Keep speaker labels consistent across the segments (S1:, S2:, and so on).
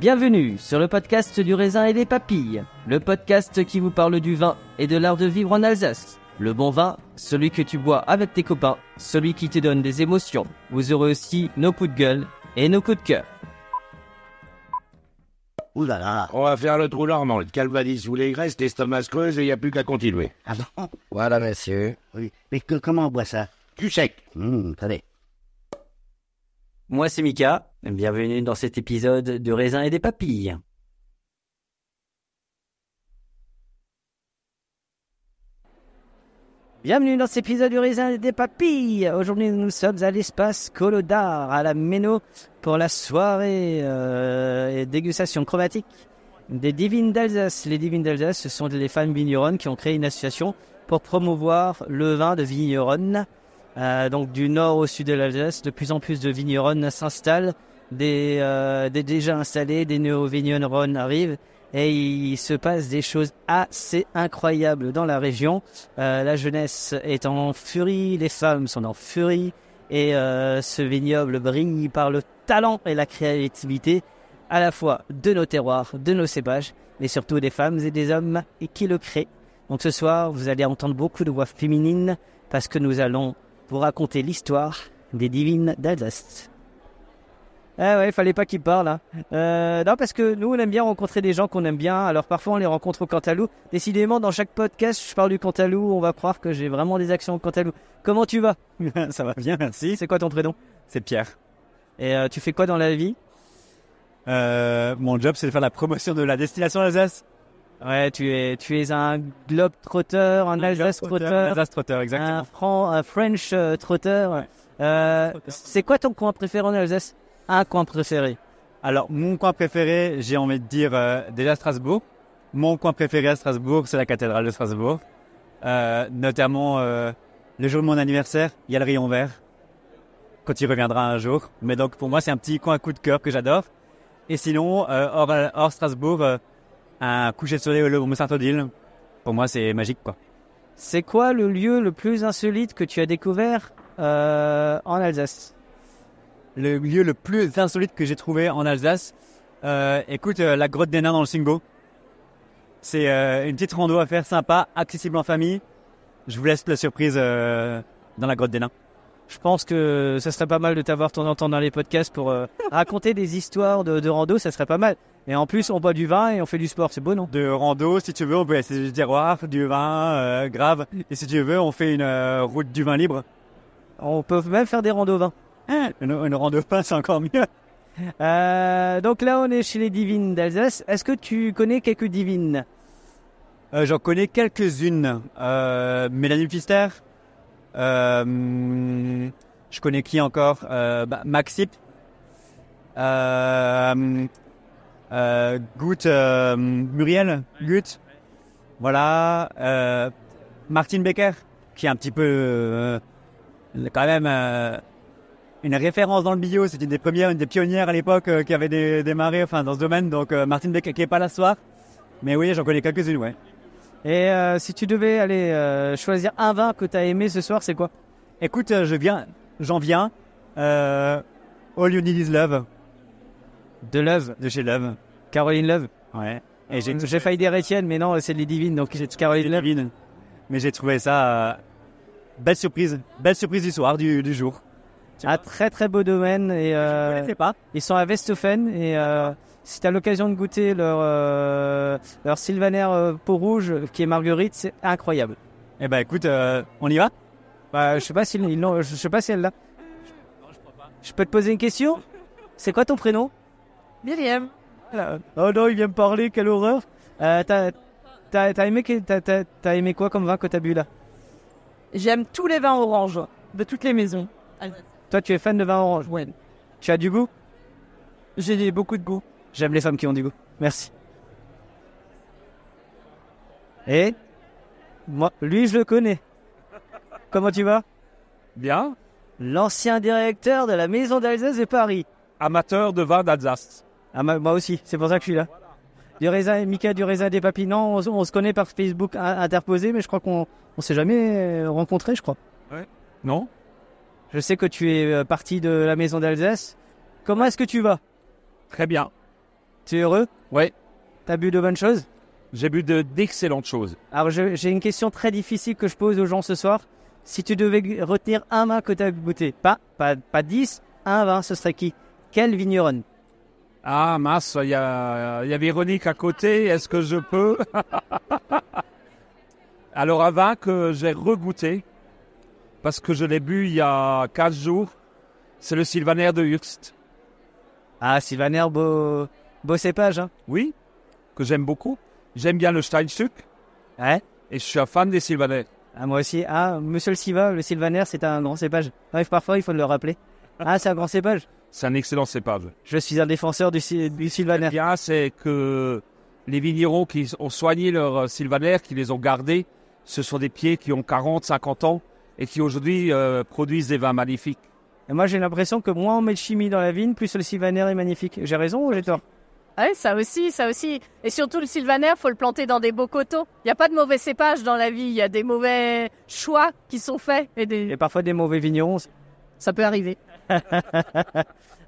S1: Bienvenue sur le podcast du raisin et des papilles, le podcast qui vous parle du vin et de l'art de vivre en Alsace. Le bon vin, celui que tu bois avec tes copains, celui qui te donne des émotions. Vous aurez aussi nos coups de gueule et nos coups de cœur.
S2: Ouh là là
S3: On va faire le trou normand, le calvadis sous les graisses, l'estomac se creuse et il n'y a plus qu'à continuer.
S2: Ah bon
S3: Voilà, monsieur.
S2: Oui. Mais que, comment on boit ça
S3: Du sec.
S2: Hum, attendez.
S4: Moi, c'est Mika. Bienvenue dans cet épisode de Raisin et des Papilles.
S1: Bienvenue dans cet épisode du raisin et des papilles. Aujourd'hui, nous sommes à l'espace Colodar, à la Méno, pour la soirée euh, et dégustation chromatique des Divines d'Alsace. Les Divines d'Alsace, ce sont les femmes vigneronnes qui ont créé une association pour promouvoir le vin de vigneronnes. Euh, donc, du nord au sud de l'Alsace, de plus en plus de vigneronnes s'installent, des, euh, des déjà installés, des néo-vigneronnes arrivent. Et il se passe des choses assez incroyables dans la région. Euh, la jeunesse est en furie, les femmes sont en furie, et euh, ce vignoble brille par le talent et la créativité à la fois de nos terroirs, de nos cépages, mais surtout des femmes et des hommes qui le créent. Donc ce soir, vous allez entendre beaucoup de voix féminines parce que nous allons vous raconter l'histoire des divines d'Alsace. Ah ouais, fallait pas qu'ils parlent. Hein. Euh, non, parce que nous, on aime bien rencontrer des gens qu'on aime bien. Alors parfois, on les rencontre au Cantalou. Décidément, dans chaque podcast, je parle du Cantalou. On va croire que j'ai vraiment des actions au Cantalou. Comment tu vas Ça va bien, merci. C'est quoi ton prénom
S5: C'est Pierre.
S1: Et euh, tu fais quoi dans la vie
S5: Euh, mon job, c'est de faire la promotion de la destination Alsace.
S1: Ouais, tu es, tu es un globe trotteur, un Alsace trotteur,
S5: Alsace trotteur, exactement.
S1: un, Fran- un French euh, trotteur. Euh, c'est quoi ton coin préféré en Alsace Un coin préféré.
S5: Alors, mon coin préféré, j'ai envie de dire euh, déjà Strasbourg. Mon coin préféré à Strasbourg, c'est la cathédrale de Strasbourg. Euh, notamment, euh, le jour de mon anniversaire, il y a le rayon vert. Quand il reviendra un jour. Mais donc, pour moi, c'est un petit coin coup de cœur que j'adore. Et sinon, euh, hors, hors Strasbourg, euh, un coucher de soleil au Louvre Saint-Odile. Pour moi, c'est magique, quoi.
S1: C'est quoi le lieu le plus insolite que tu as découvert euh, en Alsace
S5: le lieu le plus insolite que j'ai trouvé en Alsace. Euh, écoute, euh, la grotte des nains dans le Singo. C'est euh, une petite rando à faire sympa, accessible en famille. Je vous laisse la surprise euh, dans la grotte des nains.
S1: Je pense que Euh, ça serait pas mal de t'avoir de temps en temps dans les podcasts pour euh, raconter des histoires de, de rando, ça serait pas mal. Et en plus, on boit du vin et on fait du sport, c'est beau, non
S5: De rando, si tu veux, on peut essayer du terroir, du vin, euh, grave. Et si tu veux, on fait une euh, route du vin libre. Ah,
S1: On peut même faire des randos vin.
S5: Une, une rando pas, c'est encore mieux.
S1: Euh, donc là, on est chez les divines d'Alsace. Est-ce que tu connais quelques divines
S5: Euh, J'en connais quelques-unes. Euh, Mélanie Pfister. Euh, hum, je connais qui encore euh, bah, Maxip. Euh, hum, euh, Gut, euh, Muriel. Gut. Voilà. Euh, Martin Becker, qui est un petit peu euh, quand même euh, une référence dans le bio. C'est une des premières, une des pionnières à l'époque euh, qui avait dé- démarré enfin, dans ce domaine. Donc euh, Martine Beck qui n'est pas là ce soir. Mais oui, j'en connais quelques-unes, ouais.
S1: Et euh, si tu devais aller euh, choisir un vin que tu as aimé ce soir, c'est quoi
S5: Écoute, euh, je viens, j'en viens. Euh, All You Need Is Love
S1: De Love,
S5: de chez Love.
S1: Caroline Love. Ah,
S5: Ouais. Et j'ai
S1: J'ai failli dire Étienne, mais non, c'est les divines, donc j'ai Caroline Love.
S5: Levine. Mais j'ai trouvé ça euh, belle surprise, belle surprise du soir, du, du jour.
S1: Un très très beau domaine et euh,
S5: Je connaissais pas.
S1: ils sont à Westhofen et euh, si tu as l'occasion de goûter leur, euh, leur Sylvaner euh, peau rouge qui est marguerite, c'est incroyable.
S5: Eh ben écoute, euh, on y va
S1: Bah, je sais pas si ils l'ont- je sais pas si elle l'a. Je peux te poser une question C'est quoi ton prénom Myriam. Oh non, il vient me parler, quelle horreur. Euh, t'as, t'as- t'as aimé, que- t'as- t'as- t'as aimé quoi comme vin que t'as bu là
S6: J'aime tous les vins oranges de toutes les maisons.
S1: Toi, tu es fan de vin orange
S6: Ouais.
S1: Tu as du goût
S6: J'ai des- beaucoup de goût.
S1: J'aime les femmes qui ont du goût. Merci. Et moi, lui, je le connais. Comment tu vas
S5: Bien,
S1: L'ancien directeur de la Maison d'Alsace de Paris.
S5: amateur de vin d'Alsace.
S1: Ah, ma- moi aussi, c'est pour ça que je suis là. Du raisin, Mika du raisin des papillons. Non, on, se- on se connaît par Facebook in- interposé, mais je crois qu'on on s'est jamais euh, rencontrés, je crois.
S5: Non
S1: Je sais que tu es euh, parti de la Maison d'Alsace. Comment est-ce que tu vas
S3: Très bien.
S1: Tu es heureux
S3: Ouais.
S1: T'as bu de bonnes choses
S3: J'ai bu de- d'excellentes choses.
S1: Alors je- j'ai une question très difficile que je pose aux gens ce soir. Si tu devais g- retenir un vin que tu as goûté, pas, pas, pas 10, un vin, ce serait qui Quel vigneron
S3: Ah mince, il y, a- il y avait Véronique à côté, est-ce que je peux Alors un vin que j'ai regoûté, parce que je l'ai bu il y a 15 jours, c'est le Sylvaner de Hurst.
S1: Ah, Sylvaner, beau, beau cépage. Hein.
S3: Oui, que j'aime beaucoup. J'aime bien le Steinstück
S1: Ouais.
S3: et je suis un fan des Sylvaner.
S1: Ah, moi aussi. Ah, monsieur le Siva, le Sylvaner, c'est un grand cépage. Ouais, parfois, il faut le rappeler. Ah, c'est un grand cépage.
S3: C'est un excellent cépage.
S1: Je suis un défenseur du, Sy- du Sylvaner.
S3: Ce qu'il y a, Eh c'est que les vignerons qui ont soigné leurs sylvanaires, qui les ont gardés, ce sont des pieds qui ont 40, 50 ans et qui aujourd'hui euh, produisent des vins magnifiques.
S1: Et moi, j'ai l'impression que moins on met de chimie dans la vigne, plus le Sylvaner est magnifique. J'ai raison ou j'ai tort
S6: Ouais, ça aussi, ça aussi. Et surtout, le sylvaner, faut le planter dans des beaux coteaux. Il n'y a pas de mauvais cépages dans la vie. Il y a des mauvais choix qui sont faits. Et des...
S1: Et parfois, des mauvais vignerons.
S6: ça peut arriver.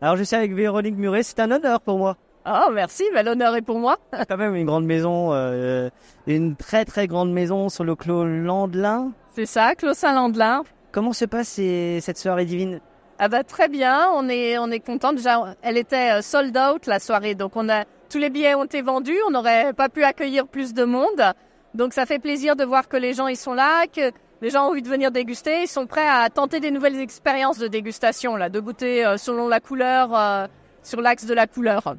S1: Alors, je suis avec Véronique Muret. C'est un honneur pour moi.
S6: Oh, merci. mais L'honneur est pour moi.
S1: quand même une grande maison, euh, une très très grande maison sur le clos Landelin.
S6: C'est ça, Claude Saint-Landelin.
S1: Comment se passe ces- cette soirée divine
S6: Ah bah très bien, on est on est content déjà. Elle était euh, sold out la soirée, donc on a tous les billets ont été vendus. On n'aurait pas pu accueillir plus de monde, donc ça fait plaisir de voir que les gens ils sont là, que les gens ont envie de venir déguster, ils sont prêts à tenter des nouvelles expériences de dégustation là, de goûter euh, selon la couleur, euh, sur l'axe de la couleur.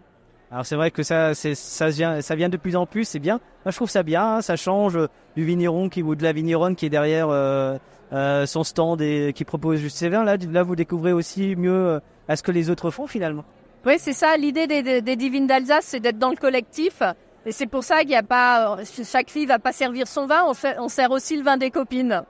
S1: Alors c'est vrai que ça, c'est- ça vient, ça vient de plus en plus, c'est bien. Moi je trouve ça bien, hein, ça change euh, du vigneron qui ou de la vigneronne qui est derrière euh, euh, son stand et qui propose juste ses vins. Là, là vous découvrez aussi mieux euh, à ce que les autres font finalement.
S6: Oui, c'est ça. L'idée des, des, des divines d'Alsace, c'est d'être dans le collectif. Et c'est pour ça qu'il n'y a pas. euh, Chaque fille va pas servir son vin. On, fait, on sert aussi le vin des copines.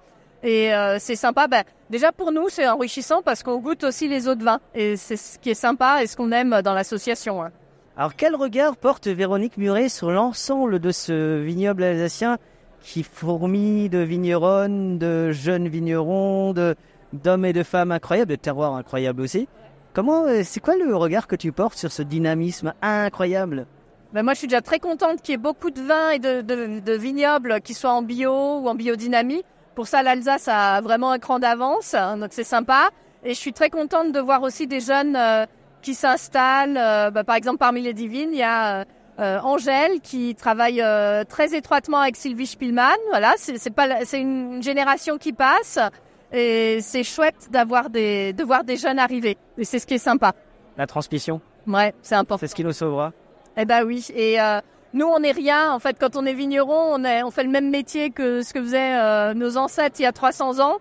S6: Et euh, c'est sympa. Ben, déjà pour nous, c'est enrichissant parce qu'on goûte aussi les autres vins. Et c'est ce qui est sympa et ce qu'on aime dans l'association. hein.
S1: Alors quel regard porte Véronique Muret sur l'ensemble de ce vignoble alsacien qui fourmille de vigneronnes, de jeunes vignerons, de d'hommes et de femmes incroyables, de terroirs incroyables aussi. Comment, euh, c'est quoi le regard que tu portes sur ce dynamisme incroyable
S6: Ben, moi, je suis déjà très contente qu'il y ait beaucoup de vins et de, de, de vignobles qui soient en bio ou en biodynamie. Pour ça, l'Alsace a vraiment un cran d'avance, hein, donc c'est sympa. Et je suis très contente de voir aussi des jeunes euh, qui s'installent. Euh, ben, par exemple, parmi les divines, il y a euh, euh, Angèle qui travaille euh, très étroitement avec Sylvie Spielmann. Voilà, c'est c'est pas, la- c'est une génération qui passe et c'est chouette d'avoir des, de voir des jeunes arriver. Et c'est ce qui est sympa.
S1: La transmission,
S6: Ouais, c'est important.
S1: c'est ce qui nous sauvera.
S6: Eh ben oui, et euh, nous on n'est rien en fait quand on est vigneron, on, est, on fait le même métier que ce que faisaient euh, nos ancêtres il y a 300 ans.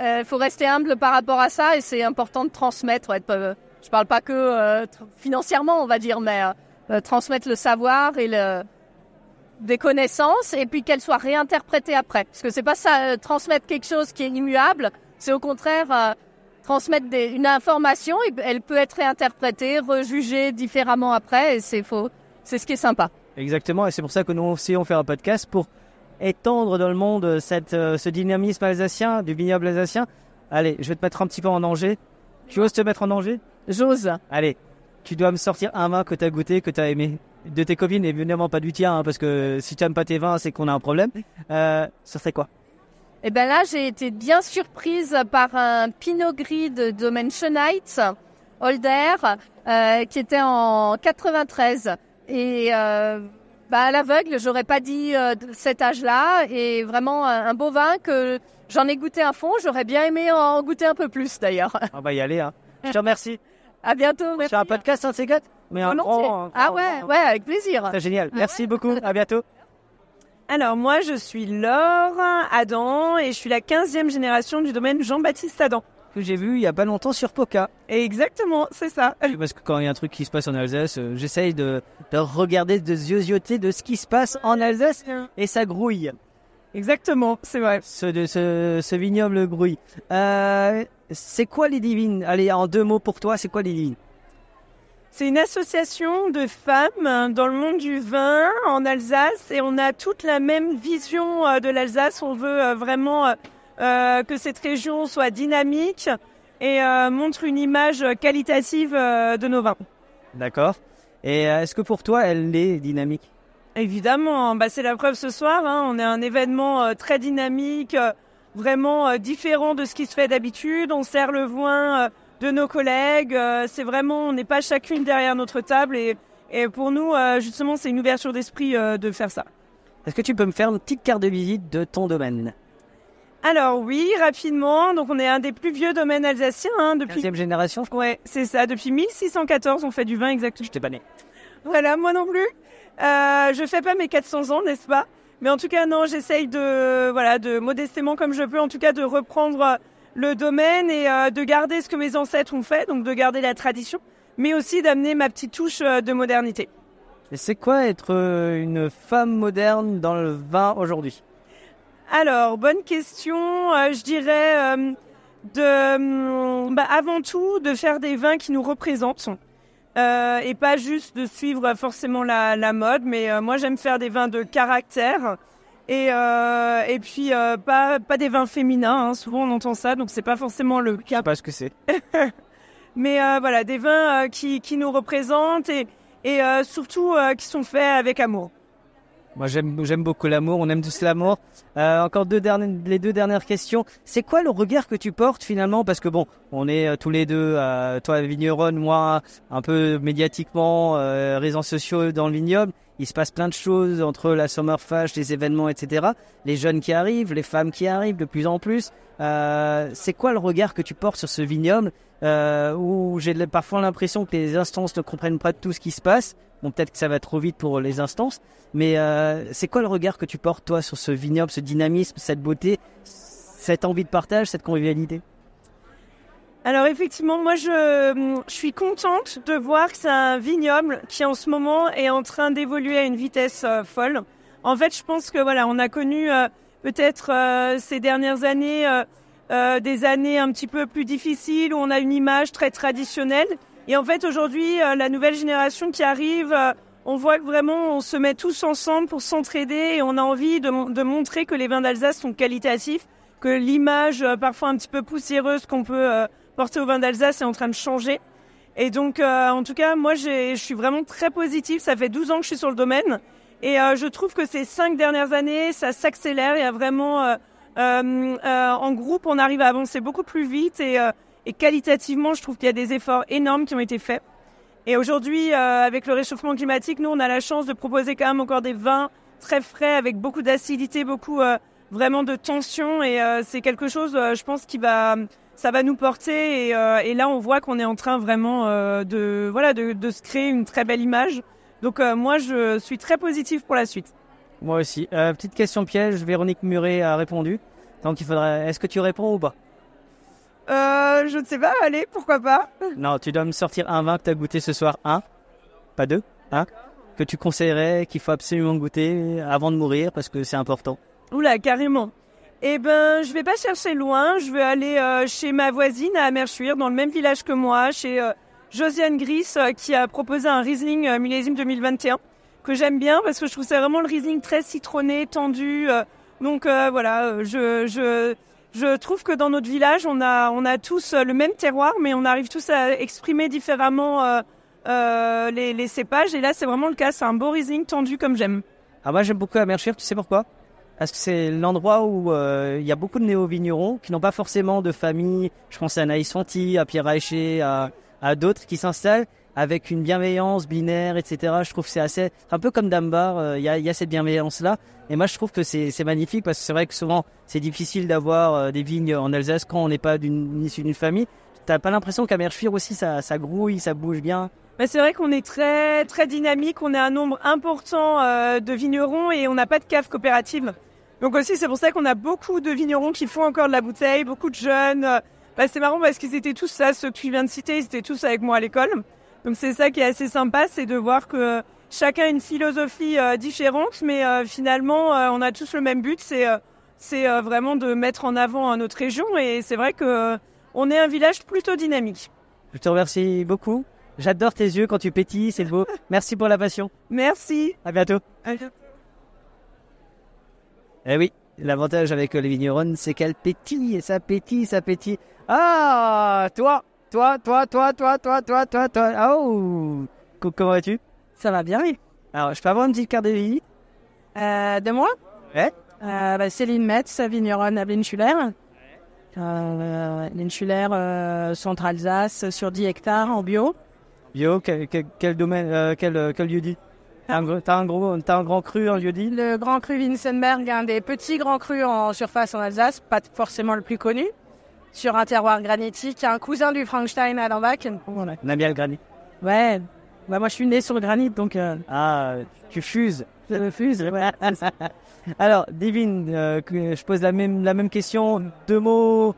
S6: Euh, Il faut rester humble par rapport à ça et c'est important de transmettre. Ouais, de pas- je parle pas que euh, tr- financièrement on va dire, mais euh, euh, transmettre le savoir et le, des connaissances et puis qu'elles soient réinterprétées après. Parce que c'est pas ça, euh, transmettre quelque chose qui est immuable, C'est au contraire euh, transmettre des- une information, et elle peut être réinterprétée, rejugée différemment après, et c'est faux. C'est ce qui est sympa.
S1: Exactement, et c'est pour ça que nous aussi on fait un podcast pour étendre dans le monde cette, euh, ce dynamisme alsacien, du vignoble alsacien. Allez, je vais te mettre un petit peu en danger. Tu oses te mettre en danger
S6: J'ose.
S1: Allez, tu dois me sortir un vin que tu as goûté, que tu as aimé, de tes copines, et évidemment pas du tien, hein, parce que si tu n'aimes pas tes vins, c'est qu'on a un problème. Euh, ce serait quoi
S6: Et ben là, j'ai été bien surprise par un Pinot Gris de domaine Schneitz, Holder, euh, qui était en 93. Et euh, bah, à l'aveugle, j'aurais pas dit euh, de cet âge-là. Et vraiment un, un beau vin que j'en ai goûté un fond. J'aurais bien aimé en goûter un peu plus d'ailleurs.
S1: On va y aller. Hein. Je te remercie.
S6: À bientôt. Merci.
S1: C'est un podcast, un de ces quatre Mais un
S6: Volontiers.
S1: grand, un
S6: ah
S1: grand,
S6: ouais,
S1: un-
S6: ouais, avec plaisir.
S1: C'est génial. Merci beaucoup. À bientôt.
S7: Alors moi, je suis Laure Adam et je suis la 15e génération du domaine Jean-Baptiste Adam.
S1: Que j'ai vu il y a pas longtemps sur Poca.
S7: Et exactement, c'est ça.
S1: Parce que quand il y a un truc qui se passe en Alsace, euh, j'essaye de, de regarder, de zioter de ce qui se passe en Alsace et ça grouille.
S7: Exactement, c'est vrai.
S1: Ce, de, ce, ce vignoble grouille. Euh, c'est quoi les divines Allez, en deux mots pour toi, c'est quoi les divines
S7: C'est une association de femmes dans le monde du vin en Alsace et on a toute la même vision euh, de l'Alsace. On veut euh, vraiment euh, euh, que cette région soit dynamique et euh, montre une image qualitative euh, de nos vins.
S1: D'accord. Et euh, est-ce que pour toi, elle est dynamique
S7: Évidemment, bah, c'est la preuve ce soir. hein. On est un événement euh, très dynamique, euh, vraiment euh, différent de ce qui se fait d'habitude. On sert le vin euh, de nos collègues. euh, c'est vraiment, on n'est pas chacune derrière notre table. Et, et pour nous, euh, justement, c'est une ouverture d'esprit euh, de faire ça.
S1: Est-ce que tu peux me faire une petite carte de visite de ton domaine
S7: Alors oui, rapidement. Donc on est un des plus vieux domaines alsaciens hein, depuis.
S1: Deuxième génération, je crois.
S7: Ouais, c'est ça. Depuis 1614, on fait du vin exactement.
S1: Je t'ai pas né.
S7: Voilà, moi non plus. Euh, je fais pas mes 400 ans, n'est-ce pas Mais en tout cas, non, j'essaye de, voilà, de modestement comme je peux, en tout cas, de reprendre euh, le domaine et euh, de garder ce que mes ancêtres ont fait, donc de garder la tradition, mais aussi d'amener ma petite touche euh, de modernité.
S1: Et c'est quoi être euh, une femme moderne dans le vin aujourd'hui
S7: Alors, bonne question. Euh, je dirais euh, de, hum, bah, avant tout, de faire des vins qui nous représentent. Euh, et pas juste de suivre euh, forcément la, la mode, mais euh, moi j'aime faire des vins de caractère et, euh, et puis euh, pas, pas des vins féminins, hein. souvent on entend ça, donc c'est pas forcément le
S1: Je
S7: cas.
S1: sais pas ce que c'est.
S7: Mais euh, voilà, des vins euh, qui, qui nous représentent et, et euh, surtout euh, qui sont faits avec amour.
S1: Moi, j'aime, j'aime beaucoup l'amour, on aime tous l'amour. Euh, encore deux dernières, les deux dernières questions. C'est quoi le regard que tu portes finalement Parce que bon, on est euh, tous les deux, euh, toi vigneronne, moi un peu médiatiquement, euh, réseaux sociaux dans le vignoble. Il se passe plein de choses entre la Sommerfest, les événements, etc. Les jeunes qui arrivent, les femmes qui arrivent de plus en plus. Euh, c'est quoi le regard que tu portes sur ce vignoble euh, où j'ai le- parfois l'impression que les instances ne comprennent pas tout ce qui se passe Bon, peut-être que ça va trop vite pour les instances. Mais euh, c'est quoi le regard que tu portes, toi, sur ce vignoble, ce dynamisme, cette beauté, cette envie de partage, cette convivialité
S7: Alors effectivement, moi je, je suis contente de voir que c'est un vignoble qui en ce moment est en train d'évoluer à une vitesse euh, folle. En fait, je pense que voilà, on a connu euh, peut-être euh, ces dernières années euh, euh, des années un petit peu plus difficiles où on a une image très traditionnelle. Et en fait, aujourd'hui, euh, la nouvelle génération qui arrive, euh, on voit que vraiment on se met tous ensemble pour s'entraider et on a envie de, mon- de montrer que les vins d'Alsace sont qualitatifs, que l'image euh, parfois un petit peu poussiéreuse qu'on peut euh, portée au vin d'Alsace est en train de changer. Et donc, euh, en tout cas, moi, j'ai- je suis vraiment très positive. Ça fait 12 ans que je suis sur le domaine. Et euh, je trouve que ces cinq dernières années, ça s'accélère. Il y a vraiment... euh, euh, euh, en groupe, on arrive à avancer beaucoup plus vite. Et, euh, et qualitativement, je trouve qu'il y a des efforts énormes qui ont été faits. Et aujourd'hui, euh, avec le réchauffement climatique, nous, on a la chance de proposer quand même encore des vins très frais, avec beaucoup d'acidité, beaucoup euh, vraiment de tension. Et euh, c'est quelque chose, euh, je pense, qui va ça va nous porter et, euh, et là on voit qu'on est en train vraiment euh, de voilà de, de se créer une très belle image. Donc euh, moi je suis très positive pour la suite.
S1: Moi aussi. Euh, petite question piège, Véronique Muret a répondu. Donc il faudrait. Est-ce que tu réponds ou pas
S7: Euh, je ne sais pas, allez, pourquoi pas
S1: Non, tu dois me sortir un vin que tu as goûté ce soir. Un Pas deux Un Que tu conseillerais, qu'il faut absolument goûter avant de mourir parce que c'est important.
S7: Oula, carrément. Eh ben, je vais pas chercher loin. Je vais aller euh, chez ma voisine à Amerchuir, dans le même village que moi, chez euh, Josiane Gris, euh, qui a proposé un Riesling euh, millésime 2021 que j'aime bien parce que je trouve c'est vraiment le Riesling très citronné, tendu. euh, donc euh, voilà, euh, je, je je trouve que dans notre village, on a on a tous euh, le même terroir, mais on arrive tous à exprimer différemment euh, euh, les, les cépages. Et là, c'est vraiment le cas. C'est un beau Riesling tendu comme j'aime.
S1: Ah, moi j'aime beaucoup Amershire, tu sais pourquoi Parce que c'est l'endroit où euh, il y a beaucoup de néo-vignerons qui n'ont pas forcément de famille. Je pense à Naïs Fanti, à Pierre Aïché, à, à d'autres qui s'installent avec une bienveillance binaire, etc. Je trouve que c'est assez. Un peu comme Dambar, euh, il y, a, il y a cette bienveillance-là. Et moi je trouve que c'est c'est magnifique parce que c'est vrai que souvent c'est difficile d'avoir euh, des vignes en Alsace quand on n'est pas d'une issue d'une famille. T'as pas l'impression qu'Amershire aussi ça, ça grouille, ça bouge bien
S7: Mais Bah, c'est vrai qu'on est très très dynamique, on a un nombre important euh, de vignerons et on n'a pas de cave coopérative. Donc aussi c'est pour ça qu'on a beaucoup de vignerons qui font encore de la bouteille, beaucoup de jeunes. Euh, Bah, c'est marrant parce qu'ils étaient tous ça, ceux que tu viens de citer, ils étaient tous avec moi à l'école. Donc c'est ça qui est assez sympa, c'est de voir que chacun a une philosophie euh, différente, mais euh, finalement euh, on a tous le même but, c'est euh, c'est euh, vraiment de mettre en avant euh, notre région et c'est vrai que euh, on est un village plutôt dynamique.
S1: Je te remercie beaucoup. J'adore tes yeux quand tu pétilles, c'est beau. Merci pour la passion.
S7: Merci.
S1: À bientôt. Eh oui, l'avantage avec les vignerons, c'est qu'elles pétillent, et ça pétille, ça pétille. Ah, toi, toi, toi, toi, toi, toi, toi, toi, toi. Ah, Oh, Co- comment vas-tu
S8: Ça va bien, oui.
S1: Alors, je peux avoir une petite carte de visite
S8: Euh, de moi
S1: Ouais.
S8: Euh, bah, Céline Metz, vigneronne à Blinchuler. Euh, Blinchuler, euh, centre-Alsace, sur 10 hectares en bio.
S1: Bio, quel, quel- quel domaine, euh, quel, euh, quel lieu dit
S8: Ah.
S1: T'as un, gros- t'as un gros, t'as un grand cru, un lieu dit
S8: Le Grand Cru Winsenberg, un des petits grands crus en surface en Alsace, pas forcément le plus connu, sur un terroir granitique, un cousin du Frankenstein à Lambach. Voilà.
S1: On aime bien le granit.
S8: Ouais, bah, moi je suis née sur le granit, donc euh,
S1: Ah, tu fuses.
S8: je me fuse. voilà.
S1: Alors, divine, euh, que- je pose la même, la même question. Deux mots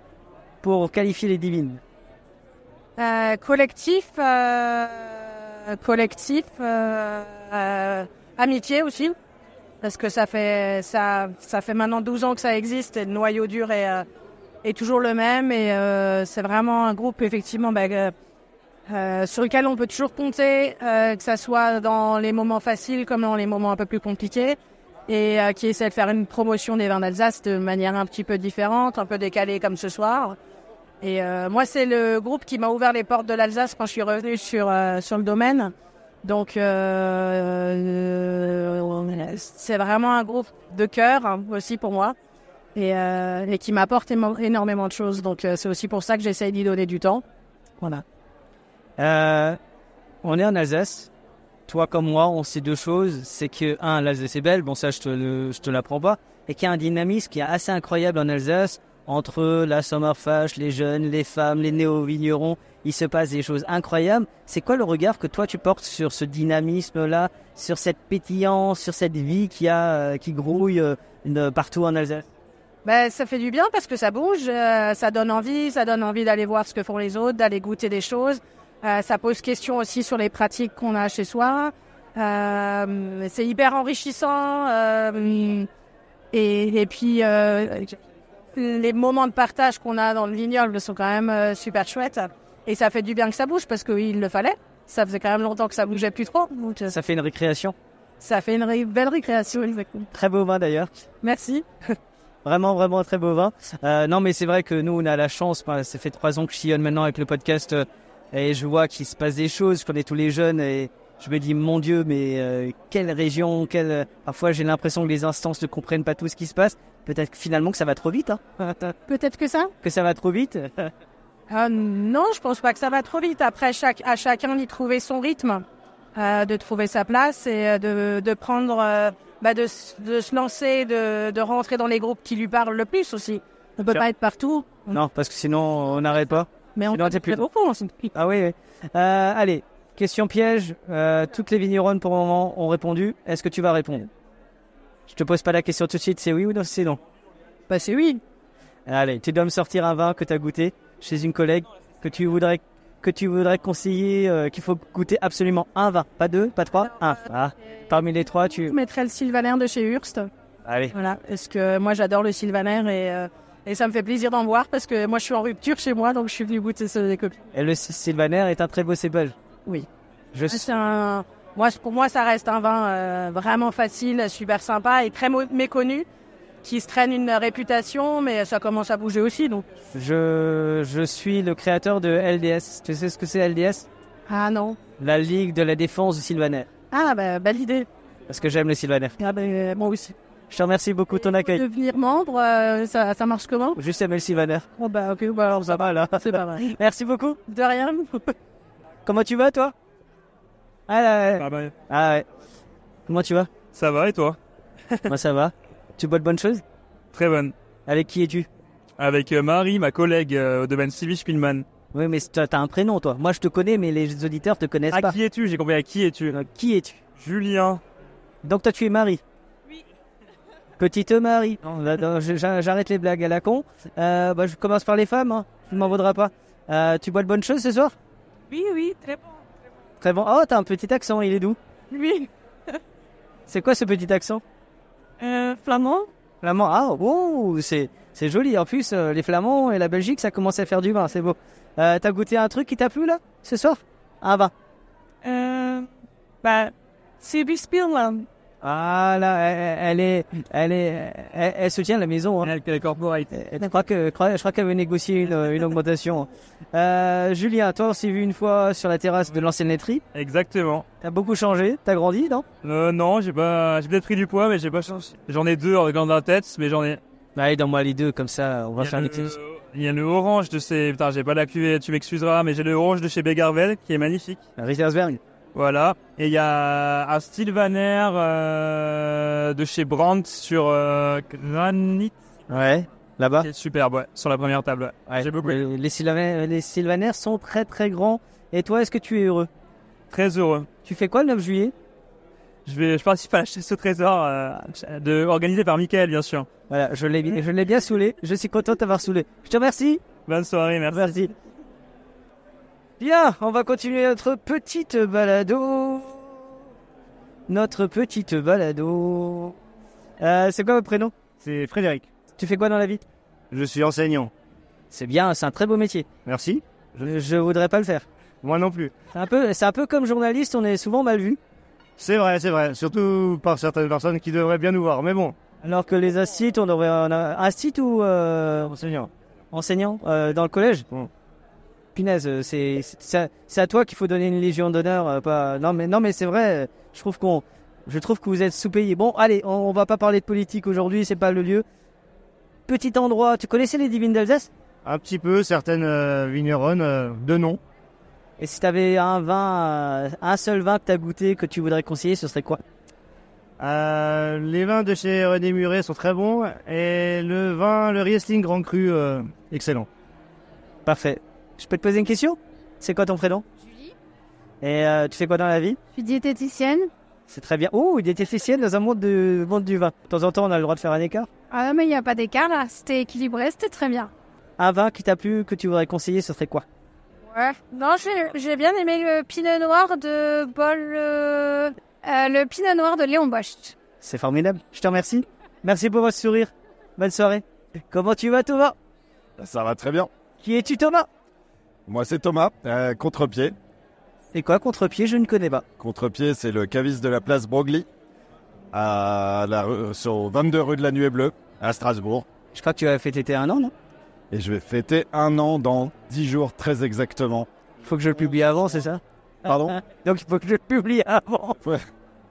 S1: pour qualifier les divines.
S8: Euh, collectif, euh, collectif, euh, euh, amitié aussi, parce que ça fait ça ça fait maintenant 12 ans que ça existe et le noyau dur est euh, est toujours le même et euh, c'est vraiment un groupe effectivement bah, euh, euh, sur lequel on peut toujours compter, euh, que ça soit dans les moments faciles comme dans les moments un peu plus compliqués, et euh, qui essaie de faire une promotion des vins d'Alsace de manière un petit peu différente, un peu décalée comme ce soir. Et euh, moi, c'est le groupe qui m'a ouvert les portes de l'Alsace quand je suis revenue sur, euh, sur le domaine. Donc, euh, euh, c'est vraiment un groupe de cœur hein, aussi pour moi et, euh, et qui m'apporte émo- énormément de choses. Donc, euh, c'est aussi pour ça que j'essaye d'y donner du temps. Voilà.
S1: Euh, on est en Alsace. Toi comme moi, on sait deux choses. C'est que, un, l'Alsace est belle. Bon, ça, je te, le- je te l'apprends pas. Et qu'il y a un dynamisme qui est assez incroyable en Alsace. Entre la Sommerfage, les jeunes, les femmes, les néo-vignerons, il se passe des choses incroyables. C'est quoi le regard que toi tu portes sur ce dynamisme-là, sur cette pétillance, sur cette vie qui a, euh, qui grouille euh, de- partout en Alsace
S8: Ben, ça fait du bien parce que ça bouge, euh, ça donne envie, ça donne envie d'aller voir ce que font les autres, d'aller goûter des choses. Euh, ça pose question aussi sur les pratiques qu'on a chez soi. Euh, c'est hyper enrichissant. euh, et, et puis, euh, les moments de partage qu'on a dans le vignoble sont quand même euh, super chouettes. Et ça fait du bien que ça bouge parce qu'il le fallait. Ça faisait quand même longtemps que ça bougeait plus trop. Donc, euh,
S1: Ça fait une récréation.
S8: ça fait une ré- belle récréation, exactement.
S1: Très beau vin d'ailleurs.
S8: Merci.
S1: Vraiment, vraiment un très beau vin. Euh, non, mais c'est vrai que nous, on a la chance. Enfin, ça fait trois ans que je sillonne maintenant avec le podcast euh, et je vois qu'il se passe des choses. Je connais tous les jeunes et je me dis, mon Dieu, mais euh, quelle région, quelle. Parfois, j'ai l'impression que les instances ne comprennent pas tout ce qui se passe. Peut-être que finalement que ça va trop vite. Hein.
S8: Peut-être que ça
S1: que ça va trop vite.
S8: Euh, non, je pense pas que ça va trop vite. Après, chaque, à chacun d'y trouver son rythme, euh, de trouver sa place et euh, de, de prendre, euh, bah, de, s- de se lancer, de, de rentrer dans les groupes qui lui parlent le plus aussi. On peut
S1: Sûr.
S8: pas être partout.
S1: non, parce que sinon, on n'arrête pas.
S8: Mais on
S1: Sinon, t'es plus.
S8: hein,
S1: Ah oui, oui. Euh, allez, question piège. Euh, toutes les vigneronnes pour le moment ont répondu. Est-ce que tu vas répondre Je te pose pas la question tout de suite, c'est oui ou non, c'est non
S8: Bah c'est oui.
S1: Allez, tu dois me sortir un vin que tu as goûté chez une collègue que tu voudrais que tu voudrais conseiller, euh, qu'il faut goûter absolument un vin, pas deux, pas trois, un. Ah, parmi les trois, tu
S8: Je mettrais le Sylvaner de chez Hurst.
S1: Allez.
S9: Voilà, parce que moi j'adore le Sylvaner et, euh, et ça me fait plaisir d'en voir parce que moi je suis en rupture chez moi donc je suis venue goûter ce des copines.
S1: Et le Sylvaner est un très beau cépage.
S9: Oui.
S8: Ah,
S1: Je
S9: C'est un- moi, c'est- pour moi ça reste un vin euh, vraiment facile, super sympa et très mo- méconnu qui se traîne une réputation mais ça commence à bouger aussi donc.
S1: Je, je suis le créateur de LDS. Tu sais ce que c'est LDS
S9: Ah non.
S1: La Ligue de la Défense du Sylvaner.
S9: Ah bah belle idée.
S1: Parce que j'aime le Sylvaner.
S9: Ah ben moi aussi.
S1: Je te remercie beaucoup de ton accueil.
S9: Devenir membre, euh, ça, ça marche comment
S1: Juste aimer le Sylvaner.
S9: Oh bah ok, bah alors ça va là. C'est pas mal.
S1: Merci beaucoup.
S9: De rien.
S1: Comment tu vas toi Ah là, ouais. Ah ouais. Comment tu vas
S10: ben. Ça va et toi
S1: Moi ça va. Tu bois de bonnes choses
S10: Très bonne.
S1: Avec qui es-tu
S10: Avec euh, Marie, ma collègue euh, de Ben Civi Spielmann.
S1: Oui mais t'as t'as un prénom toi. Moi je te connais mais les auditeurs te connaissent
S10: À
S1: pas.
S10: qui es-tu J'ai compris à qui es-tu
S1: Qui es-tu
S10: Julien.
S1: Donc toi tu es Marie Oui. Petite Marie. Non, là, non, je- j'a- J'arrête les blagues à la con. Euh, bah, je commence par les femmes, hein. tu m'en voudras pas. Euh, tu bois de bonnes choses ce soir
S9: Oui, oui, très bon.
S1: Très bon. Oh, t'as un petit accent, il est doux.
S9: Oui.
S1: C'est quoi ce petit accent
S9: Euh, Flamand
S1: Flamand, ah, wow, c'est c'est joli. En plus, euh, les Flamands et la Belgique, ça commence à faire du vin, c'est beau. Euh, t'as goûté un truc qui t'a plu là, ce soir Un vin
S9: Euh, bah, c'est Spielmann.
S1: Ah là, elle, elle est, elle est, elle, elle soutient la maison. Hein.
S10: Elle est corporate.
S1: Je crois que, je crois- je crois qu'elle veut négocier une, une augmentation. Euh, Julien, toi, on s'est vu une fois sur la terrasse de l'ancienne laiterie.
S10: Exactement.
S1: T'as beaucoup changé, t'as grandi, non
S10: Euh, non, j'ai pas, j'ai peut-être pris du poids, mais j'ai pas changé. J'en ai deux avec la tête, mais j'en ai.
S1: Bah, Allez, donne-moi les deux, comme ça, on va faire
S10: le-
S1: une exception.
S10: Il y a le orange de ces. Putain, j'ai pas la cuvée, tu m'excuseras, mais j'ai le orange de chez Begarvel qui est magnifique.
S1: Rittersberg.
S10: Voilà. Et il y a un Sylvaner euh, de chez Brandt sur euh, Granit.
S1: Ouais, là-bas.
S10: Qui est superbe, ouais, sur la première table. ouais. J'ai beaucoup aimé.
S1: Les, Sylvaner- les Sylvaner sont très très grands. Et toi, est-ce que tu es heureux
S10: Très heureux.
S1: Tu fais quoi le 9 juillet
S10: Je, vais, je participe à la chasse au trésor euh, de, organisée par Mickaël, bien sûr.
S1: Voilà, je l'ai bi- je l'ai bien saoulé. Je suis content d'avoir saoulé. Je te remercie.
S10: Bonne soirée, merci.
S1: Merci. Bien, on va continuer notre petite balado. Notre petite balado. Euh, c'est quoi votre prénom
S11: C'est Frédéric.
S1: Tu fais quoi dans la vie
S11: Je suis enseignant.
S1: C'est bien, c'est un très beau métier.
S11: Merci.
S1: Je, je voudrais pas le faire.
S11: Moi non plus.
S1: C'est un peu, c'est un peu comme journaliste, on est souvent mal vu.
S11: C'est vrai, c'est vrai. Surtout par certaines personnes qui devraient bien nous voir. Mais bon.
S1: Alors que les assites, on aurait un assite ou euh,
S11: enseignant.
S1: Enseignant euh, dans le collège. Punaise, euh, c'est c'est- c'est à- c'est à toi qu'il faut donner une légion d'honneur, euh, pas non mais non mais c'est vrai. euh, Je trouve qu'on, je trouve que vous êtes sous-payé. Bon, allez, on, on va pas parler de politique aujourd'hui, c'est pas le lieu. Petit endroit, tu connaissais les divines d'Alsace
S11: Un petit peu, certaines euh, vigneronnes euh, de nom.
S1: Et si t'avais un vin, euh, un seul vin que t'as goûté que tu voudrais conseiller, ce serait quoi
S11: Euh, les vins de chez René Muret sont très bons. Et le vin, le Riesling Grand Cru, euh, excellent.
S1: Parfait. Je peux te poser une question C'est quoi ton prénom Julie. Et euh, tu fais quoi dans la vie
S12: Je suis diététicienne.
S1: C'est très bien. Oh, il est diététicienne dans un monde, de, monde du vin. De temps en temps, on a le droit de faire un écart.
S12: Ah non, mais il n'y a pas d'écart là. C'était équilibré, c'était très bien.
S1: Un vin qui t'a plu, que tu voudrais conseiller, ce serait quoi
S12: Ouais. Non, j'ai j'ai bien aimé le pinot noir de Bol. euh, euh, le pinot noir de Léon Bosch.
S1: C'est formidable. Je te remercie. Merci pour votre sourire. Bonne soirée. Comment tu vas, Thomas
S13: Ben, Ça va très bien.
S1: Qui es-tu, Thomas
S13: Moi, c'est Thomas, euh, contre-pied.
S1: C'est quoi contre-pied Je ne connais pas.
S13: Contre-pied, c'est le caviste de la place Broglie, à la rue, sur 22 rue de la Nuée Bleue, à Strasbourg.
S1: Je crois que tu vas fêter un an, non
S13: Et je vais fêter un an dans 10 jours, très exactement.
S1: Faut que je le publie avant, c'est ça
S13: Pardon
S1: Donc, il faut que je le publie avant.
S13: Ouais.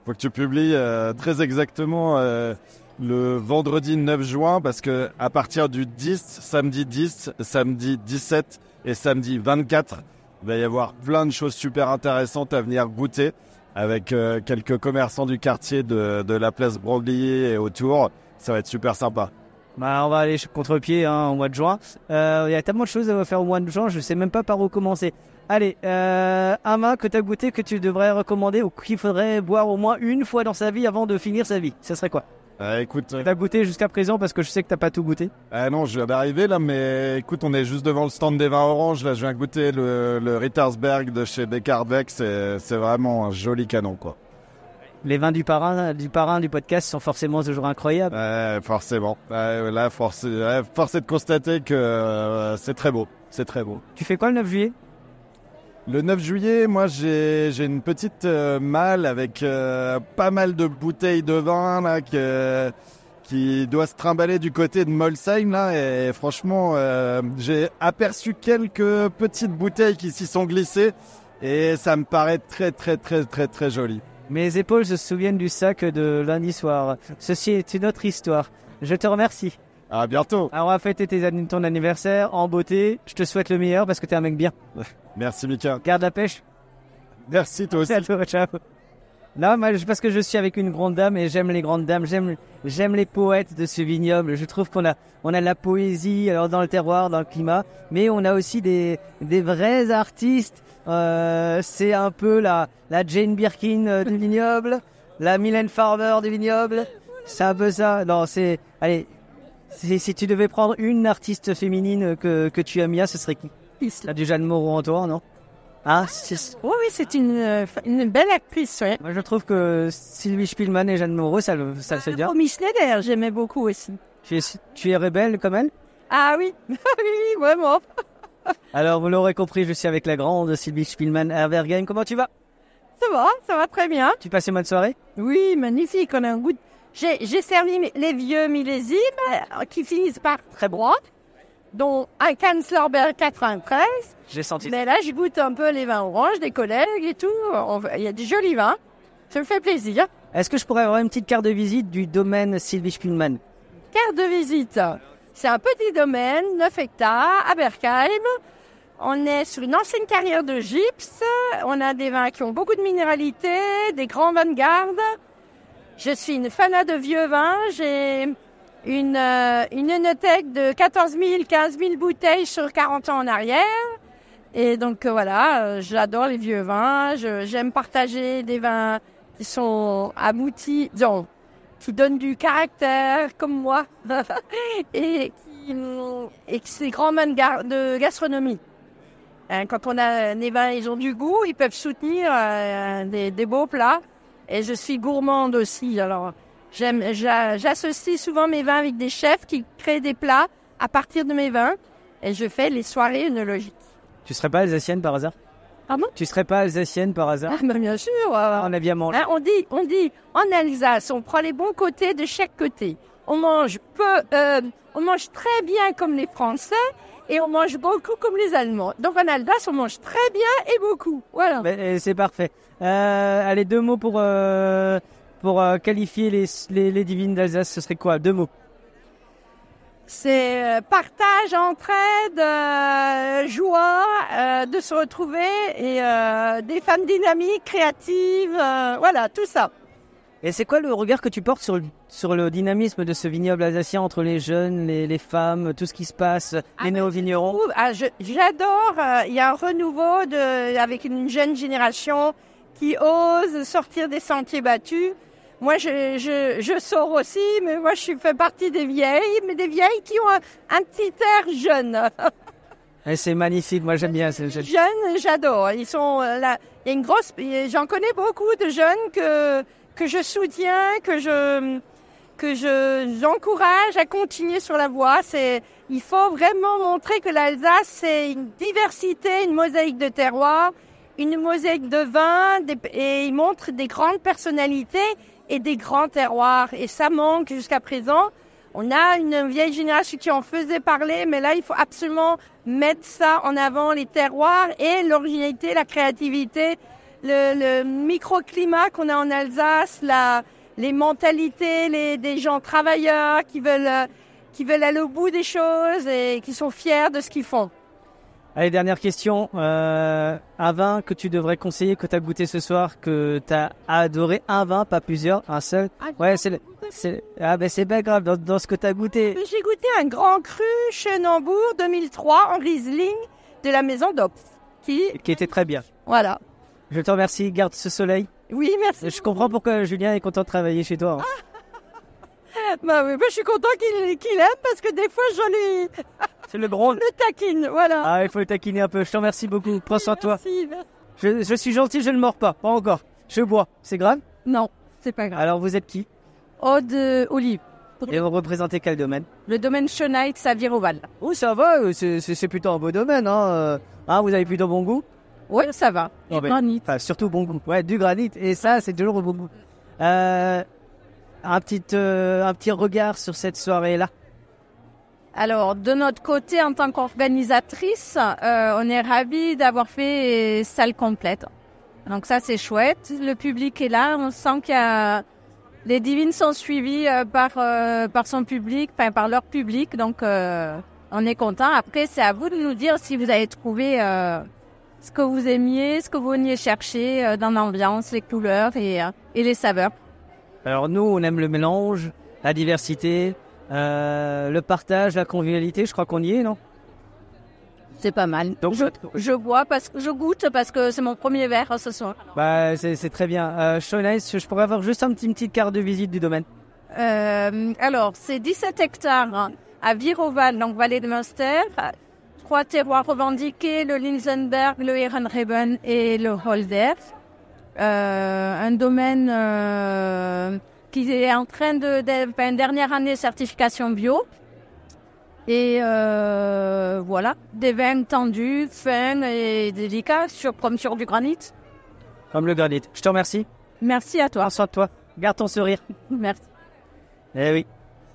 S13: Faut que tu publies euh, très exactement euh, le vendredi 9 juin, parce que à partir du 10, samedi 10, samedi 17 et samedi 24, il va y avoir plein de choses super intéressantes à venir goûter avec euh, quelques commerçants du quartier de, de la place Broglier et autour. Ça va être super sympa.
S1: Bah, on va aller contre-pied hein, au mois de juin. Euh, Il y a tellement de choses à faire au mois de juin, je sais même pas par où commencer. Allez, euh, un vin que tu as goûté que tu devrais recommander ou qu'il faudrait boire au moins une fois dans sa vie avant de finir sa vie. Ce serait quoi
S13: Euh, écoute, euh,
S1: T'as goûté jusqu'à présent parce que je sais que t'as pas tout goûté.
S13: Ah non, je viens d'arriver là, mais écoute, on est juste devant le stand des vins oranges. Là, je viens goûter le, le Rittersberg de chez Descardex. C'est c'est vraiment un joli canon, quoi.
S1: Les vins du parrain, du parrain du podcast sont forcément toujours incroyables.
S13: Ouais, forcément. Ouais, là, force, ouais, force est de constater que euh, c'est très beau. C'est très beau.
S1: Tu fais quoi le 9 juillet
S13: Le 9 juillet, moi, j'ai j'ai une petite euh, malle avec euh, pas mal de bouteilles de vin là, que- qui doit se trimballer du côté de Molsheim. Là, et franchement, euh, j'ai aperçu quelques petites bouteilles qui s'y sont glissées. Et ça me paraît très, très, très, très, très joli.
S1: Mes épaules se souviennent du sac de lundi soir. Ceci est une autre histoire. Je te remercie.
S13: À bientôt.
S1: Alors, on va fêter tes anni- ton anniversaire en beauté. Je te souhaite le meilleur parce que t'es un mec bien.
S13: Merci, Mika.
S1: Garde la pêche.
S13: Merci, toi aussi.
S1: À toi, ciao. Non, moi, je- parce que je suis avec une grande dame et j'aime les grandes dames. J'aime, j'aime les poètes de ce vignoble. Je trouve qu'on a, on a de la poésie alors dans le terroir, dans le climat, mais on a aussi des, des vrais artistes. Euh, c'est un peu la, la Jane Birkin euh, du vignoble, la Mylène Farmer du vignoble. C'est un peu ça. Non, c'est, allez, si, si tu devais prendre une artiste féminine que, que tu aimes bien, ce serait qui La du Jeanne Moreau en toi, non Ah, c'est...
S9: Oui, oui, c'est une, euh, une belle actrice, ouais.
S1: Moi, je trouve que Sylvie Spielmann et Jeanne Moreau, ça le, ça le fait bien.
S9: Ah, Romy Schneider, j'aimais beaucoup aussi.
S1: Tu es, tu es rebelle comme elle
S9: Ah oui, oui, oui, vraiment.
S1: Alors, vous l'aurez compris, je suis avec la grande Sylvie Spielmann à Vergen. Comment tu vas
S9: Ça va, ça va très bien.
S1: Tu passes une bonne soirée
S9: Oui, magnifique, on a un goût. de- J'ai j'ai servi mes- les vieux millésimes euh, qui finissent par très broad, dont un Kanzlerberg 93.
S1: J'ai senti.
S9: Mais là, je goûte un peu les vins oranges des collègues et tout. On va- Il y a du joli vin. Ça me fait plaisir.
S1: Est-ce que je pourrais avoir une petite carte de visite du domaine Sylvie Spielmann
S9: Carte de visite. C'est un petit domaine, 9 hectares, à Berkheim. On est sur une ancienne carrière de gypse. On a des vins qui ont beaucoup de minéralité, des grands vins de garde. Je suis une fanat de vieux vins. J'ai une, euh, une œnothèque de 14 000, 15 000 bouteilles sur 40 ans en arrière. Et donc euh, voilà, euh, j'adore les vieux vins. Je- J'aime partager des vins qui sont aboutis, disons, qui donnent du caractère, comme moi, et qui mm, et qui c'est grand man de gastronomie. Hein, quand on a des vins, ils ont du goût, ils peuvent soutenir euh, des, des beaux plats. Et je suis gourmande aussi, alors j'aime, j'a- j'associe souvent mes vins avec des chefs qui créent des plats à partir de mes vins. Et je fais les soirées œnologiques.
S1: Tu serais pas alsacienne par hasard
S9: Pardon
S1: Tu serais pas alsacienne par hasard
S9: Ah, bah, bien sûr.
S1: On a bien mangé.
S9: Hein, on dit, on dit, en Alsace, on prend les bons côtés de chaque côté. On mange peu, euh, on mange très bien comme les Français et on mange beaucoup comme les Allemands. Donc en Alsace, on mange très bien et beaucoup. Voilà.
S1: Mais, euh, c'est parfait. Euh, allez, deux mots pour, euh, pour euh, qualifier les, les, les divines d'Alsace. Ce serait quoi Deux mots.
S9: C'est euh, partage, entraide, euh, joie euh, de se retrouver et euh, des femmes dynamiques, créatives, euh, voilà, tout ça.
S1: Et c'est quoi le regard que tu portes sur, le- sur le dynamisme de ce vignoble alsacien entre les jeunes, les, les femmes, tout ce qui se passe, les néo-vignerons
S9: trouve- ah, je- j'adore. euh, Il y a un renouveau de, avec une jeune génération qui ose sortir des sentiers battus. Moi, je, je, je sors aussi, mais moi, je suis- fais partie des vieilles, mais des vieilles qui ont un, un petit air jeune.
S1: Et Eh, c'est magnifique, moi j'aime bien. c'est- j'aime-
S9: jeunes, j'adore. Ils sont euh, là. Il y a une grosse. J'en connais beaucoup de jeunes que que je soutiens, que je que je j'encourage à continuer sur la voie. C'est il faut vraiment montrer que l'Alsace c'est une diversité, une mosaïque de terroirs, une mosaïque de vins, des- et ils montrent des grandes personnalités et des grands terroirs. Et ça manque jusqu'à présent. On a une vieille génération qui en faisait parler, mais là, il faut absolument mettre ça en avant, les terroirs et l'originalité, la créativité, le, le microclimat qu'on a en Alsace, la, les mentalités les, des gens travailleurs qui veulent, euh, qui veulent aller au bout des choses et qui sont fiers de ce qu'ils font.
S1: Allez, dernière question. Euh, un vin que tu devrais conseiller, que tu as goûté ce soir, que tu as adoré. Un vin, pas plusieurs, un seul. Ouais, c'est le- c'est- Ah, ben c'est pas grave, dans, dans ce que tu as goûté.
S9: J'ai goûté un grand cru Chenambourg 2003 en Riesling de la maison d'Ops. Qui,
S1: Qui était très bien.
S9: voilà.
S1: Je te remercie, garde ce soleil.
S9: Oui, merci. Ah.
S1: Je comprends pourquoi Julien est content de travailler chez toi. hein.
S9: Bah oui, bah, je suis content qu'il qu'il aime parce que des fois, je lui...
S1: C'est le gros.
S9: Le taquine, voilà.
S1: Ah, il faut le taquiner un peu. Je te remercie beaucoup. Prends soin de toi.
S9: Merci, merci.
S1: Je, je suis gentil, je ne mords pas. Pas encore. Je bois. C'est grave
S9: Non.
S14: C'est pas grave.
S1: Alors, vous êtes qui
S14: Aude euh, Olive.
S1: Et vous représentez quel domaine
S14: Le domaine Schonheit, Saviroval.
S1: Oh, ça va, euh, c'est- c'est c'est plutôt un beau domaine. Hein. euh. Ah, vous avez plutôt bon goût
S14: Oui, ça va.
S1: Du granit. surtout bon goût. Ouais, du granit. Et ça, c'est toujours bon goût. Euh, un, petit, euh, un petit regard sur cette soirée-là.
S14: Alors, de notre côté, en tant qu'organisatrice, euh, on est ravis d'avoir fait euh, salle complète. Donc ça, c'est chouette. Le public est là. On sent qu'il y a... Les divines sont suivies euh, par, euh, par son public, enfin, par leur public. Donc, euh, on est content. Après, c'est à vous de nous dire si vous avez trouvé euh, ce que vous aimiez, ce que vous veniez chercher euh, dans l'ambiance, les couleurs et, euh, et les saveurs.
S1: Alors nous, on aime le mélange, la diversité, euh, le partage, la convivialité. Je crois qu'on y est, non
S14: C'est pas mal.
S1: Donc, je,
S14: Je bois parce que je goûte parce que c'est mon premier verre euh, ce soir.
S1: bah, c'est c'est très bien. Euh, Shona, est-ce que je pourrais avoir juste un petit, une petite carte de visite du domaine
S14: Euh, alors, c'est 17 hectares hein, à Viroval, donc vallée de Munster. Trois terroirs revendiqués, le Linsenberg, le Ehrenreben et le Holder. Euh, un domaine euh, qui est en train de, de- enfin, dernière année certification bio. Et euh, voilà, des vins tendus, fins et délicats sur, comme sur du granit.
S1: Comme le granit. Je te remercie.
S14: Merci à toi.
S1: Prends soin de toi. Garde ton sourire.
S14: Merci.
S1: Eh oui,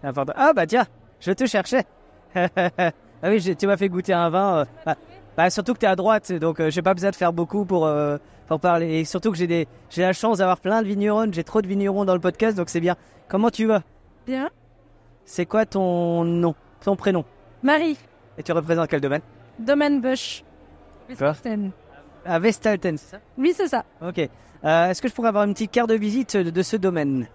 S1: c'est important. Ah bah tiens, je te cherchais. ah oui, j'ai- tu m'as fait goûter un vin. euh, bah, bah, surtout que t'es à droite, donc euh, j'ai pas besoin de faire beaucoup pour, euh, pour parler. Et surtout que j'ai des j'ai la chance d'avoir plein de vignerons. J'ai trop de vignerons dans le podcast, donc c'est bien. Comment tu vas
S14: Bien.
S1: C'est quoi ton nom, ton prénom
S14: Marie.
S1: Et tu représentes quel domaine
S14: Domaine Bush.
S1: À Vestalten. c'est ça
S14: Oui, c'est ça.
S1: Ok. Euh, Est-ce que je pourrais avoir une petite carte de visite de, de ce domaine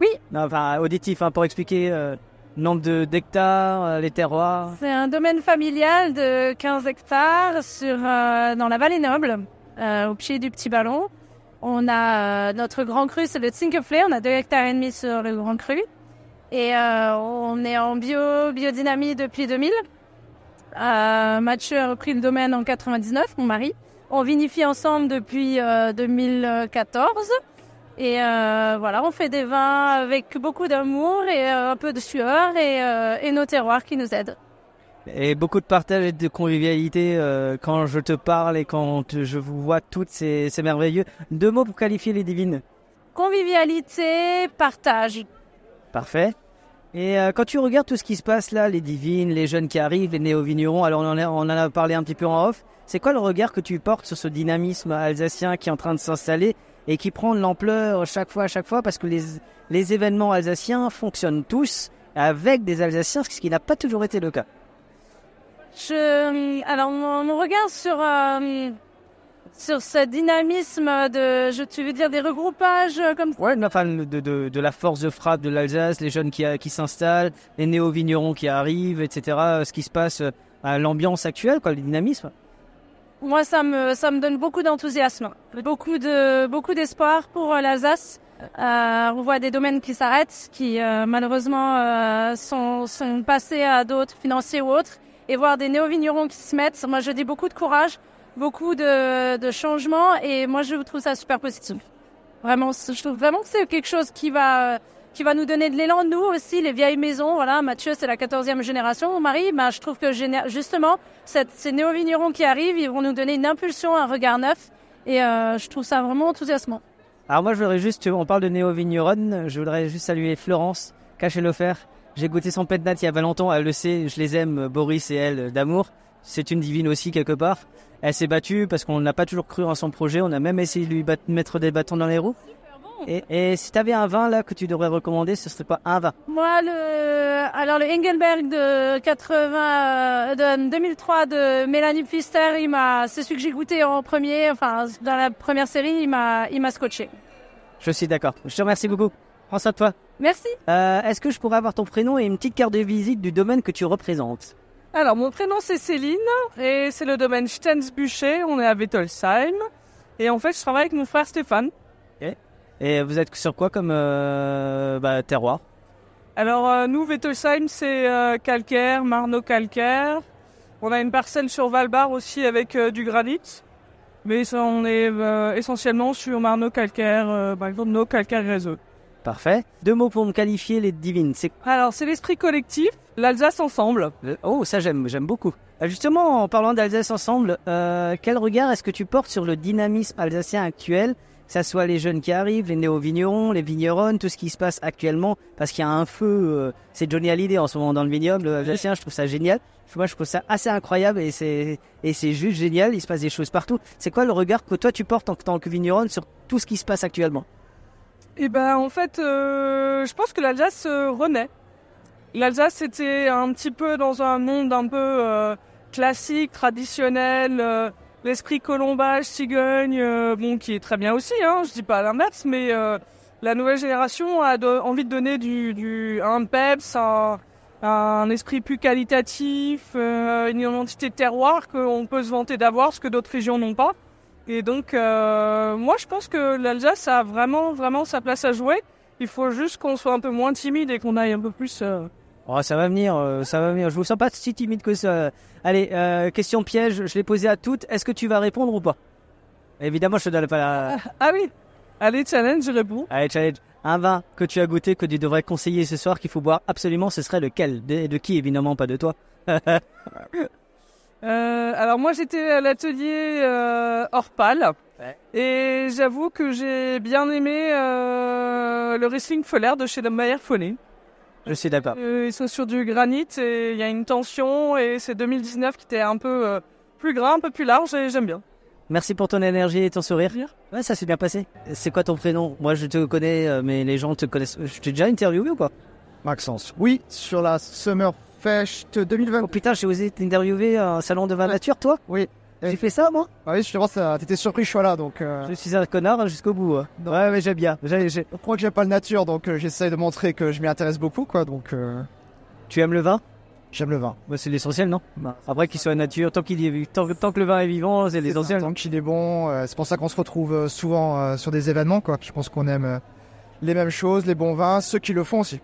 S14: Oui.
S1: Non, enfin, auditif, hein, pour expliquer euh, nombre de- d'hectares, euh, les terroirs.
S14: C'est un domaine familial de 15 hectares sur, euh, dans la vallée noble, euh, au pied du petit ballon. On a euh, notre grand cru, c'est le Zinkerflé. On a 2 hectares et demi sur le grand cru. Et euh, on est en bio, biodynamie depuis 2000. Euh, Mathieu a repris le domaine en 99, mon mari. On vinifie ensemble depuis euh, 2014. Et euh, voilà, on fait des vins avec beaucoup d'amour et euh, un peu de sueur et, euh, et nos terroirs qui nous aident.
S1: Et beaucoup de partage et de convivialité euh, quand je te parle et quand te- je vous vois toutes, c'est c'est merveilleux. Deux mots pour qualifier les divines.
S14: Convivialité, partage.
S1: Parfait. Et euh, quand tu regardes tout ce qui se passe là, les divines, les jeunes qui arrivent, les néo-vignerons, alors on en, a, on en a parlé un petit peu en off, c'est quoi le regard que tu portes sur ce dynamisme alsacien qui est en train de s'installer et qui prend de l'ampleur chaque fois à chaque fois parce que les, les événements alsaciens fonctionnent tous avec des Alsaciens, ce qui n'a pas toujours été le cas.
S14: Je, alors, mon, mon regard sur, euh, sur ce dynamisme de, je, tu veux dire, des regroupages euh, comme
S1: Ouais, de la, enfin, de, de- de la force de frappe de l'Alsace, les jeunes qui, euh, qui s'installent, les néo-vignerons qui arrivent, etc. euh, Ce qui se passe, euh, à l'ambiance actuelle, quoi, le dynamisme.
S14: Moi, ça me, ça me donne beaucoup d'enthousiasme, beaucoup de, beaucoup d'espoir pour euh, l'Alsace. Euh, on voit des domaines qui s'arrêtent, qui euh, malheureusement euh, sont, sont passés à d'autres financiers ou autres, et voir des néo-vignerons qui se mettent. Moi, je dis beaucoup de courage, beaucoup de, de changements, et moi, je trouve ça super positif. Vraiment, c'est- je trouve vraiment que c'est quelque chose qui va, qui va nous donner de l'élan, nous aussi, les vieilles maisons. Voilà, Mathieu, c'est la 14e génération. Mon mari, ben, je trouve que géné- justement, cette- ces néo-vignerons qui arrivent, ils vont nous donner une impulsion, un regard neuf. Et euh, je trouve ça vraiment enthousiasmant.
S1: Alors moi, je voudrais juste, on parle de néo-vigneronne, je voudrais juste saluer Florence, Cachellofer. J'ai goûté son pet nat il y a pas longtemps, elle le sait, je les aime, Boris et elle, euh, d'amour. C'est une divine aussi, quelque part. Elle s'est battue parce qu'on n'a pas toujours cru en son projet, on a même essayé de lui bat- mettre des bâtons dans les roues. Et, et si t'avais un vin là que tu devrais recommander, ce serait pas un vin.
S14: Moi, le, alors le Engelberg de 80, euh, de 2003 de Mélanie Pfister, il m'a, c'est celui que j'ai goûté en premier, enfin dans la première série, il m'a, il m'a scotché.
S1: Je suis d'accord. Je te remercie beaucoup. Prends soin de toi.
S14: Merci.
S1: Euh, Est-ce que je pourrais avoir ton prénom et une petite carte de visite du domaine que tu représentes
S15: Alors, mon prénom c'est Céline et c'est le domaine Stensbücher. On est à Wettolsheim. Et en fait, je travaille avec mon frère Stéphane.
S1: Et vous êtes sur quoi comme euh, bah, terroir
S15: Alors, euh, nous, Wettolsheim, c'est euh, calcaire, marno-calcaire. On a une parcelle sur Valbar aussi avec euh, du granit. Mais ça, on est euh, essentiellement sur Marno calcaire, euh, par exemple, nos calcaires réseau.
S1: Parfait. Deux mots pour me qualifier les divines. C'est
S15: Alors, c'est l'esprit collectif, l'Alsace ensemble.
S1: Oh, ça j'aime, j'aime beaucoup. Euh, Justement, en parlant d'Alsace ensemble, euh, quel regard est-ce que tu portes sur le dynamisme alsacien actuel que ça soit les jeunes qui arrivent, les néo-vignerons, les vigneronnes, tout ce qui se passe actuellement, parce qu'il y a un feu, euh, c'est Johnny Hallyday en ce moment dans le vignoble alsacien, je trouve ça génial. Moi, je trouve ça assez incroyable et c'est, et c'est juste génial, il se passe des choses partout. C'est quoi le regard que toi tu portes en tant que vigneronne sur tout ce qui se passe actuellement
S15: Et ben, en fait, euh, je pense que l'Alsace euh, renaît. L'Alsace était un petit peu dans un monde un peu euh, classique, traditionnel, euh, l'esprit colombage, cigogne, euh, bon, qui est très bien aussi, hein, je dis pas l'inverse, mais euh, la nouvelle génération a de- envie de donner du, du, un peps, un, un esprit plus qualitatif, euh, une identité de terroir qu'on peut se vanter d'avoir, ce que d'autres régions n'ont pas. Et donc, euh, moi, je pense que l'Alsace a vraiment, vraiment sa place à jouer. Il faut juste qu'on soit un peu moins timide et qu'on aille un peu plus euh,
S1: Oh, ça va venir, euh, ça va venir. Je vous sens pas si timide que ça. Allez, euh, question piège, je l'ai posée à toutes. Est-ce que tu vas répondre ou pas Évidemment, je te donne pas la.
S15: Ah oui Allez, challenge, je réponds.
S1: Allez, challenge. Un vin que tu as goûté, que tu devrais conseiller ce soir, qu'il faut boire absolument, ce serait lequel de, de qui, évidemment, pas de toi.
S15: Euh, alors moi j'étais à l'atelier euh, Orpal et j'avoue que j'ai bien aimé euh, le Wrestling Foller de chez Meyer Follet.
S1: je suis d'accord.
S15: Euh, ils sont sur du granit et il y a une tension et c'est 2019 qui était un peu euh, plus grand, un peu plus large et j'aime bien.
S1: Merci pour ton énergie et ton sourire. Ouais, ça s'est bien passé. C'est quoi ton prénom Moi, je te connais, euh, mais les gens te connaissent. Je t'ai déjà interviewé ou pas
S16: Maxence. Oui, sur la Summer Fest 2020.
S1: Oh putain, j'ai osé t'interviewer à un salon de vin nature, toi
S16: Oui.
S1: J'ai fait ça, moi
S16: Ah oui, justement, ça- t'étais surpris, je suis là, donc... euh,
S1: Je suis un connard jusqu'au bout. hein. Ouais, mais j'aime bien. J'ai- j'ai-
S16: Je crois que j'aime pas le nature, donc euh, j'essaye de montrer que je m'y intéresse beaucoup, quoi, donc... euh,
S1: Tu aimes le vin
S16: J'aime le vin.
S1: Bah, c'est l'essentiel, non Après qu'il soit nature, tant, qu'il est- tant, tant que le vin est vivant, c'est l'essentiel.
S16: Tant qu'il est bon, euh, c'est pour ça qu'on se retrouve euh, souvent euh, sur des événements, quoi. Je pense qu'on aime euh, les mêmes choses, les bons vins, ceux qui le font aussi.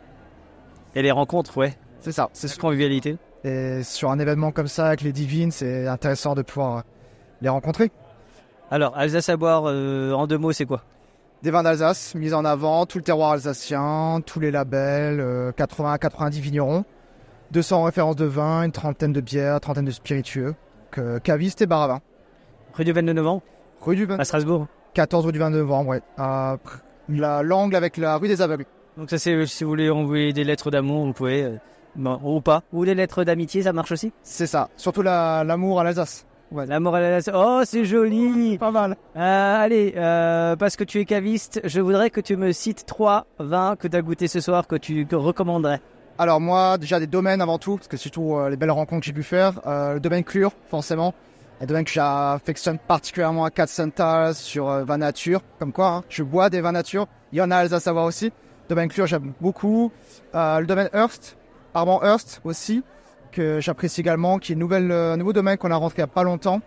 S1: Et les rencontres, ouais.
S16: C'est ça, c'est
S1: la convivialité.
S16: Et sur un événement comme ça, avec les divines, c'est intéressant de pouvoir euh, les rencontrer.
S1: Alors, Alsace à boire, euh, en deux mots, c'est quoi
S16: Des vins d'Alsace, mis en avant, tout le terroir alsacien, tous les labels, euh, 80 à 90 vignerons, 200 références de vin, une trentaine de bières, trentaine de spiritueux, donc, euh, cavistes et bar à vin.
S1: Rue du 29 novembre
S16: Rue du
S1: À Strasbourg
S16: 14 rue du 29 novembre, ouais. À pr- la l'angle avec la rue des aveugles.
S1: Donc ça, c'est euh, si vous voulez envoyer des lettres d'amour, vous pouvez, euh, bon, ou pas. Ou des lettres d'amitié, ça marche aussi
S16: C'est ça, surtout la- l'amour à l'Alsace.
S1: Ouais, l'amour à l'Alsace. Oh, c'est joli
S16: Pas mal.
S1: allez, euh, parce que tu es caviste, je voudrais que tu me cites trois vins que tu as goûté ce soir que tu que recommanderais.
S16: Alors moi, déjà des domaines avant tout, parce que c'est surtout euh, les belles rencontres que j'ai pu faire. Euh, le domaine Clure, forcément. Un domaine que j'affectionne particulièrement à Katzenthal sur euh, vin nature, comme quoi hein, je bois des vins nature. Il y en a à Alsace à voir aussi. Le domaine Clure, j'aime beaucoup. Euh, le domaine Hearst, Armand Hearst aussi, que j'apprécie également, qui est une nouvelle, euh, un nouveau domaine qu'on a rentré il n'y a pas longtemps,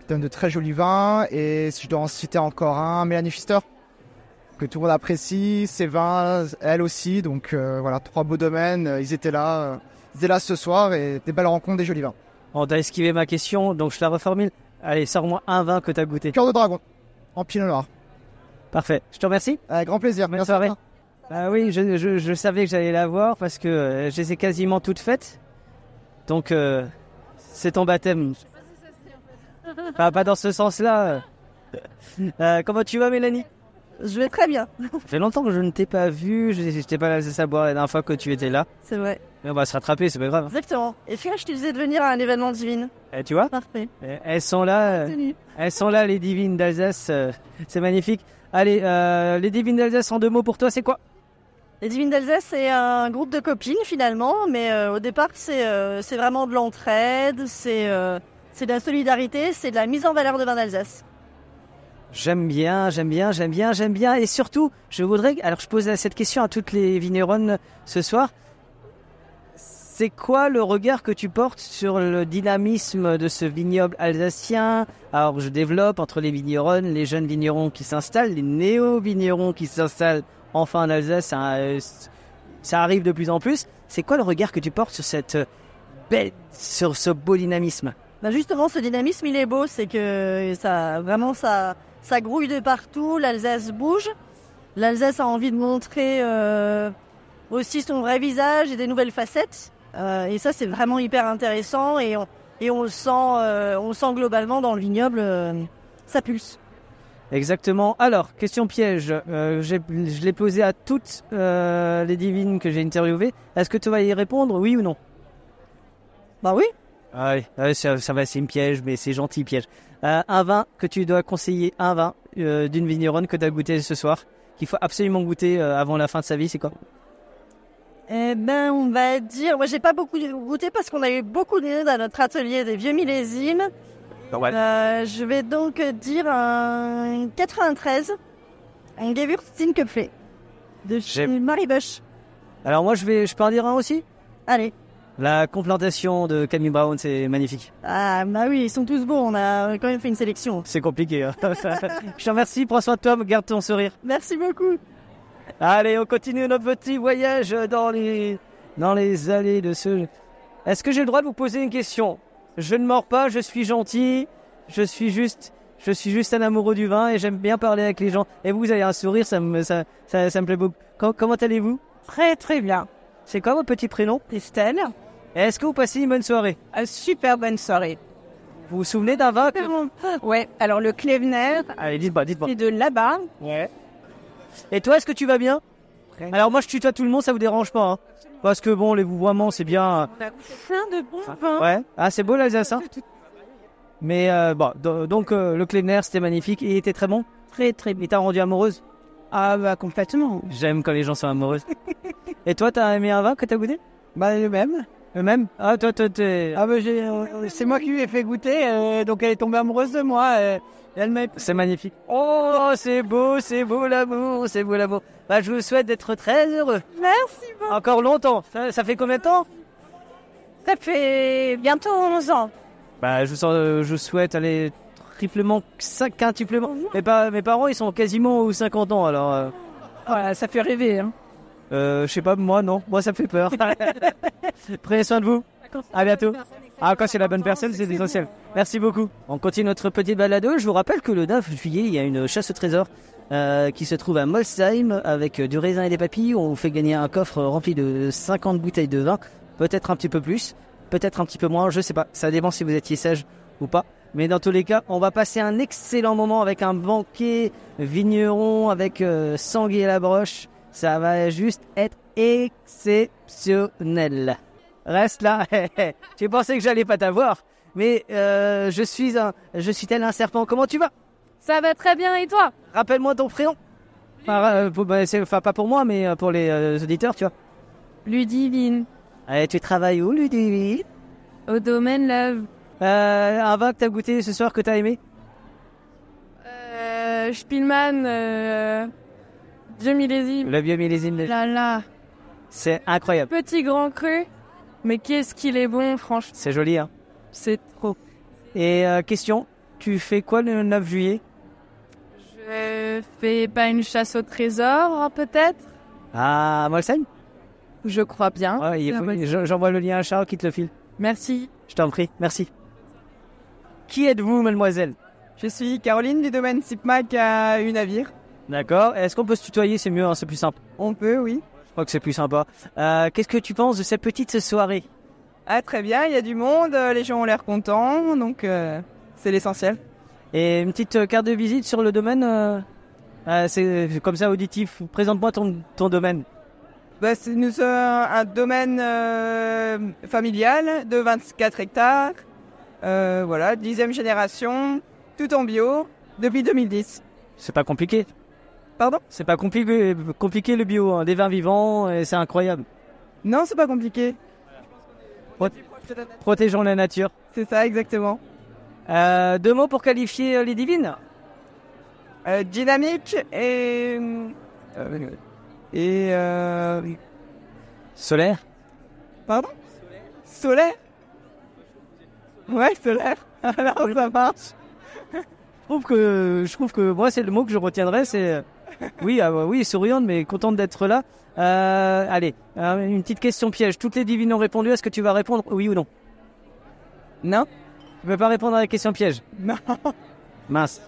S16: qui donne de très jolis vins. Et si je dois en citer encore un, Mélanie Pfister, que tout le monde apprécie, ses vins, elle aussi. Donc euh, voilà, trois beaux domaines, euh, ils étaient là, euh, ils étaient là ce soir et des belles rencontres, des jolis vins.
S1: On t'a esquivé ma question, donc je la reformule. Allez, sors-moi un vin que tu as goûté.
S16: Cœur de dragon, en pinot noir.
S1: Parfait. Je te remercie.
S16: Avec grand plaisir.
S1: Bonne soirée. Bah oui, je, je- je savais que j'allais la voir parce que euh, je les ai quasiment toutes faites. Donc, euh, c'est ton baptême. Enfin, pas dans ce sens-là. Euh, comment tu vas, Mélanie
S17: Je vais très bien.
S1: Ça fait longtemps que je ne t'ai pas vue. Je je t'ai pas laissé savoir la dernière fois que tu étais là.
S17: C'est vrai.
S1: Mais on va se rattraper, c'est pas grave.
S17: Exactement. Et Frère, je te disais de venir à un événement divine.
S1: Eh, tu vois
S17: Parfait.
S1: Eh, Elles sont là. euh,
S17: Tenue.
S1: Elles sont là, les divines d'Alsace. euh, C'est magnifique. Allez, euh, les divines d'Alsace en deux mots pour toi, c'est quoi
S17: Les Divines d'Alsace, c'est un groupe de copines finalement, mais euh, au départ, c'est euh, c'est vraiment de l'entraide, c'est euh, c'est de la solidarité, c'est de la mise en valeur de vin d'Alsace.
S1: J'aime bien, j'aime bien, j'aime bien, j'aime bien. Et surtout, je voudrais. Alors, je pose cette question à toutes les vigneronnes ce soir. C'est quoi le regard que tu portes sur le dynamisme de ce vignoble alsacien Alors, je développe entre les vigneronnes, les jeunes vignerons qui s'installent, les néo-vignerons qui s'installent enfin en Alsace. Ça, euh, ça arrive de plus en plus. C'est quoi le regard que tu portes sur cette euh, belle, sur ce beau dynamisme
S17: Bah, Bah, justement, ce dynamisme, il est beau, c'est que ça, vraiment, ça, ça grouille de partout. L'Alsace bouge. L'Alsace a envie de montrer euh, aussi son vrai visage et des nouvelles facettes. Euh, et ça, c'est vraiment hyper intéressant. Et on, et on le sent, euh, on le sent globalement dans le vignoble, euh, ça pulse.
S1: Exactement. Alors, question piège. Euh, j'ai- je l'ai posée à toutes euh, les divines que j'ai interviewées. Est-ce que tu vas y répondre, oui ou non
S17: Bah oui.
S1: Ah Ouais, ouais, ça, ça va, Bah, c'est une piège, mais c'est gentil piège. Euh, un vin que tu dois conseiller, un vin euh, d'une vigneronne que tu as goûté ce soir, qu'il faut absolument goûter euh, avant la fin de sa vie, c'est quoi
S17: Eh ben, on va dire. Moi, j'ai pas beaucoup goûté parce qu'on a eu beaucoup de à notre atelier des vieux millésimes. Euh, je vais donc dire un 93, un Gewürztrinköpfe de chez Marie Bush.
S1: Alors moi, je vais, je peux en dire un aussi
S17: Allez.
S1: La complantation de Camille Brown, c'est magnifique.
S17: Ah, bah oui, ils sont tous beaux, on a quand même fait une sélection.
S1: C'est compliqué. hein. je te remercie, prends soin de toi, garde ton sourire.
S17: Merci beaucoup.
S1: Allez, on continue notre petit voyage dans les, dans les allées de ce... Est-ce que j'ai le droit de vous poser une question Je ne mords pas, je suis gentil, je suis juste... Je suis juste un amoureux du vin et j'aime bien parler avec les gens. Et vous, vous avez un sourire, ça me, ça, ça, ça me plaît beaucoup. Com- comment allez-vous
S18: Très très bien.
S1: C'est quoi votre petit prénom
S18: Estelle.
S1: Est-ce que vous passez une bonne soirée
S18: Une super bonne soirée.
S1: Vous vous souvenez d'un vin
S18: Ouais, alors le Klevener
S1: Allez, dites-moi, dites-moi.
S18: est de là-bas.
S1: Et toi, est-ce que tu vas bien Alors moi, je tutoie tout le monde, ça vous dérange pas hein Parce que bon, les vouvoiements, c'est bien.
S18: On a plein de bons vins.
S1: Ouais. Ah, c'est beau l'Alsace. Hein Mais euh, bon, do- donc euh, le Kleiner, c'était magnifique. Il était très bon.
S18: Très très bien.
S1: Il t'a rendu amoureuse.
S18: Ah bah complètement.
S1: J'aime quand les gens sont amoureux. Et toi, t'as aimé un vin que t'as goûté
S19: Bah le même.
S1: Le même Ah toi, toi, t'es.
S19: Ah bah j'ai- euh, c'est moi qui lui ai fait goûter, euh, donc elle est tombée amoureuse de moi. euh, et elle m'a...
S1: C'est magnifique. Oh, c'est beau, c'est beau l'amour, c'est beau l'amour. Bah, je vous souhaite d'être très heureux.
S18: Merci
S1: beaucoup. Encore longtemps. Ça, ça fait combien de temps
S18: Ça fait bientôt 11 ans.
S1: Bah, je vous, sens- euh, je vous souhaite aller triplement, cinq- quintuplement. Mes, pa- mes parents, ils sont quasiment aux 50 ans, alors. euh,
S18: Voilà, ça fait rêver. Hein.
S1: euh, je sais pas, moi, non. Moi, ça me fait peur. Prenez soin de vous. À bientôt. Ah, quand c'est la bonne personne, c'est l'essentiel. Merci beaucoup. On continue notre petite balado. Je vous rappelle que le 9 juillet, il y a une chasse au trésor euh, qui se trouve à Molsheim avec euh, du raisin et des papilles. On vous fait gagner un coffre rempli de 50 bouteilles de vin, peut-être un petit peu plus, peut-être un petit peu moins, je sais pas. Ça dépend si vous étiez sage ou pas. Mais dans tous les cas, on va passer un excellent moment avec un banquet vigneron avec euh, sanglier à la broche. Ça va juste être exceptionnel. Reste là. tu pensais que j'allais pas t'avoir, mais euh, je suis un, je suis tel un serpent. Comment tu vas
S12: Ça va très bien et toi
S1: Rappelle-moi ton prénom. Par- euh, pour- bah, c'est- Enfin, pas pour moi, mais euh, pour les euh, auditeurs, tu vois.
S12: Ludivine,
S1: Allez, tu travailles où, Ludivine
S12: au domaine Love.
S1: Euh, Un vin que t'as goûté ce soir que t'as aimé
S12: Euh, Spielmann, euh, Dieu millésime.
S1: Le vieux millésime. de-
S12: Là là,
S1: C'est incroyable.
S12: petit grand cru, mais qu'est-ce qu'il est bon, franchement.
S1: C'est joli, hein
S12: C'est trop.
S1: Et euh, question, tu fais quoi le 9 juillet
S12: Je fais pas une chasse au trésor, hein, peut-être
S1: À Molsheim
S12: Je crois bien.
S1: Ah, Ouais, il faut- je- J'envoie le lien à Charles qui te le file.
S12: Merci.
S1: Je t'en prie, merci. Qui êtes-vous, mademoiselle
S19: Je suis Caroline du domaine SIPMAC à Unavir.
S1: D'accord. Est-ce qu'on peut se tutoyer C'est mieux, hein, c'est plus simple.
S19: On peut, oui.
S1: Je crois que c'est plus sympa. Euh, Qu'est-ce que tu penses de cette petite soirée
S19: Ah très bien, il y a du monde, euh, les gens ont l'air contents, donc euh, c'est l'essentiel.
S1: Et une petite euh, carte de visite sur le domaine euh, euh, C'est c'est comme ça, auditif. Présente-moi ton, ton domaine.
S19: Bah, c'est nous sommes un domaine euh, familial de 24 hectares, euh, voilà, dixième génération, tout en bio, depuis 2010.
S1: C'est pas compliqué.
S19: Pardon
S1: C'est pas compliqué, compliqué le bio. hein. Des vins vivants, et c'est incroyable.
S19: Non, c'est pas compliqué.
S1: Pro- protégeons la nature.
S19: C'est ça, exactement.
S1: Euh, deux mots pour qualifier euh, les divines
S19: Euh, dynamique et... euh, et... euh,
S1: Solaire
S19: Pardon Solaire Ouais, solaire. Alors ça marche.
S1: Je trouve que je trouve que moi c'est le mot que je retiendrai c'est oui ah, oui souriante mais contente d'être là. Euh, allez euh, une petite question piège. Toutes les divines ont répondu. Est-ce que tu vas répondre oui ou non
S19: Non.
S1: Tu peux pas répondre à la question piège Non. Mince.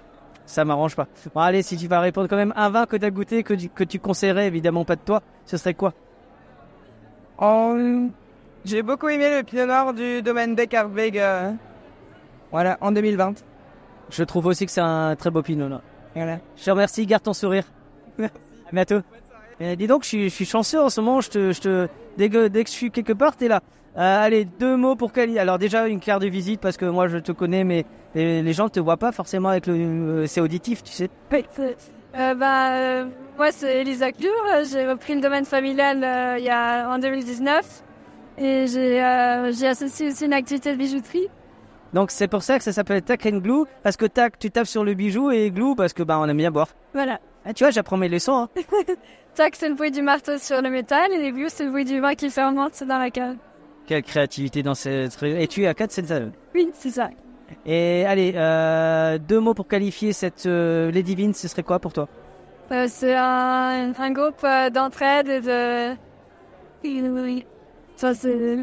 S1: Ça m'arrange pas. Bon, allez, si tu vas répondre quand même un vin que tu as goûté, que tu, que tu conseillerais évidemment pas de toi, ce serait quoi
S19: En- J'ai beaucoup aimé le pinot noir du domaine Beckerweg. euh, Voilà, en 2020.
S1: Je trouve aussi que c'est un très beau pinot. là.
S19: Voilà.
S1: Je te remercie, garde ton sourire.
S19: Merci.
S1: À bientôt. Eh, dis donc, je suis, je suis chanceux en ce moment. Je te, je te, dès, que, dès que je suis quelque part, t'es là. Euh, allez, deux mots pour Kali. Alors déjà, une carte de visite parce que moi, je te connais, mais les, les gens ne te voient pas forcément avec le... euh, c'est auditif, tu sais.
S12: Euh, bah, euh, moi, c'est Elisa Clure. Euh, J'ai repris le domaine familial euh, il y a, en 2019. Et j'ai euh, j'ai associé aussi une activité de bijouterie.
S1: Donc c'est pour ça que ça s'appelle Tac and Glue, parce que tac, tu tapes sur le bijou, et glue, parce que bah, on aime bien boire.
S12: Voilà.
S1: Ah, tu vois, j'apprends mes leçons. hein.
S12: Tac, c'est le bruit du marteau sur le métal. Et les glue, c'est le bruit du vin qui fermente dans la cave.
S1: Quelle créativité dans cette... Et tu es à 4 cette
S12: Oui, c'est ça.
S1: Et allez, euh, deux mots pour qualifier cette euh, Lady Vine, ce serait quoi pour toi
S12: Euh, c'est un, un groupe euh, d'entraide et de. Oui, oui. Ça, c'est.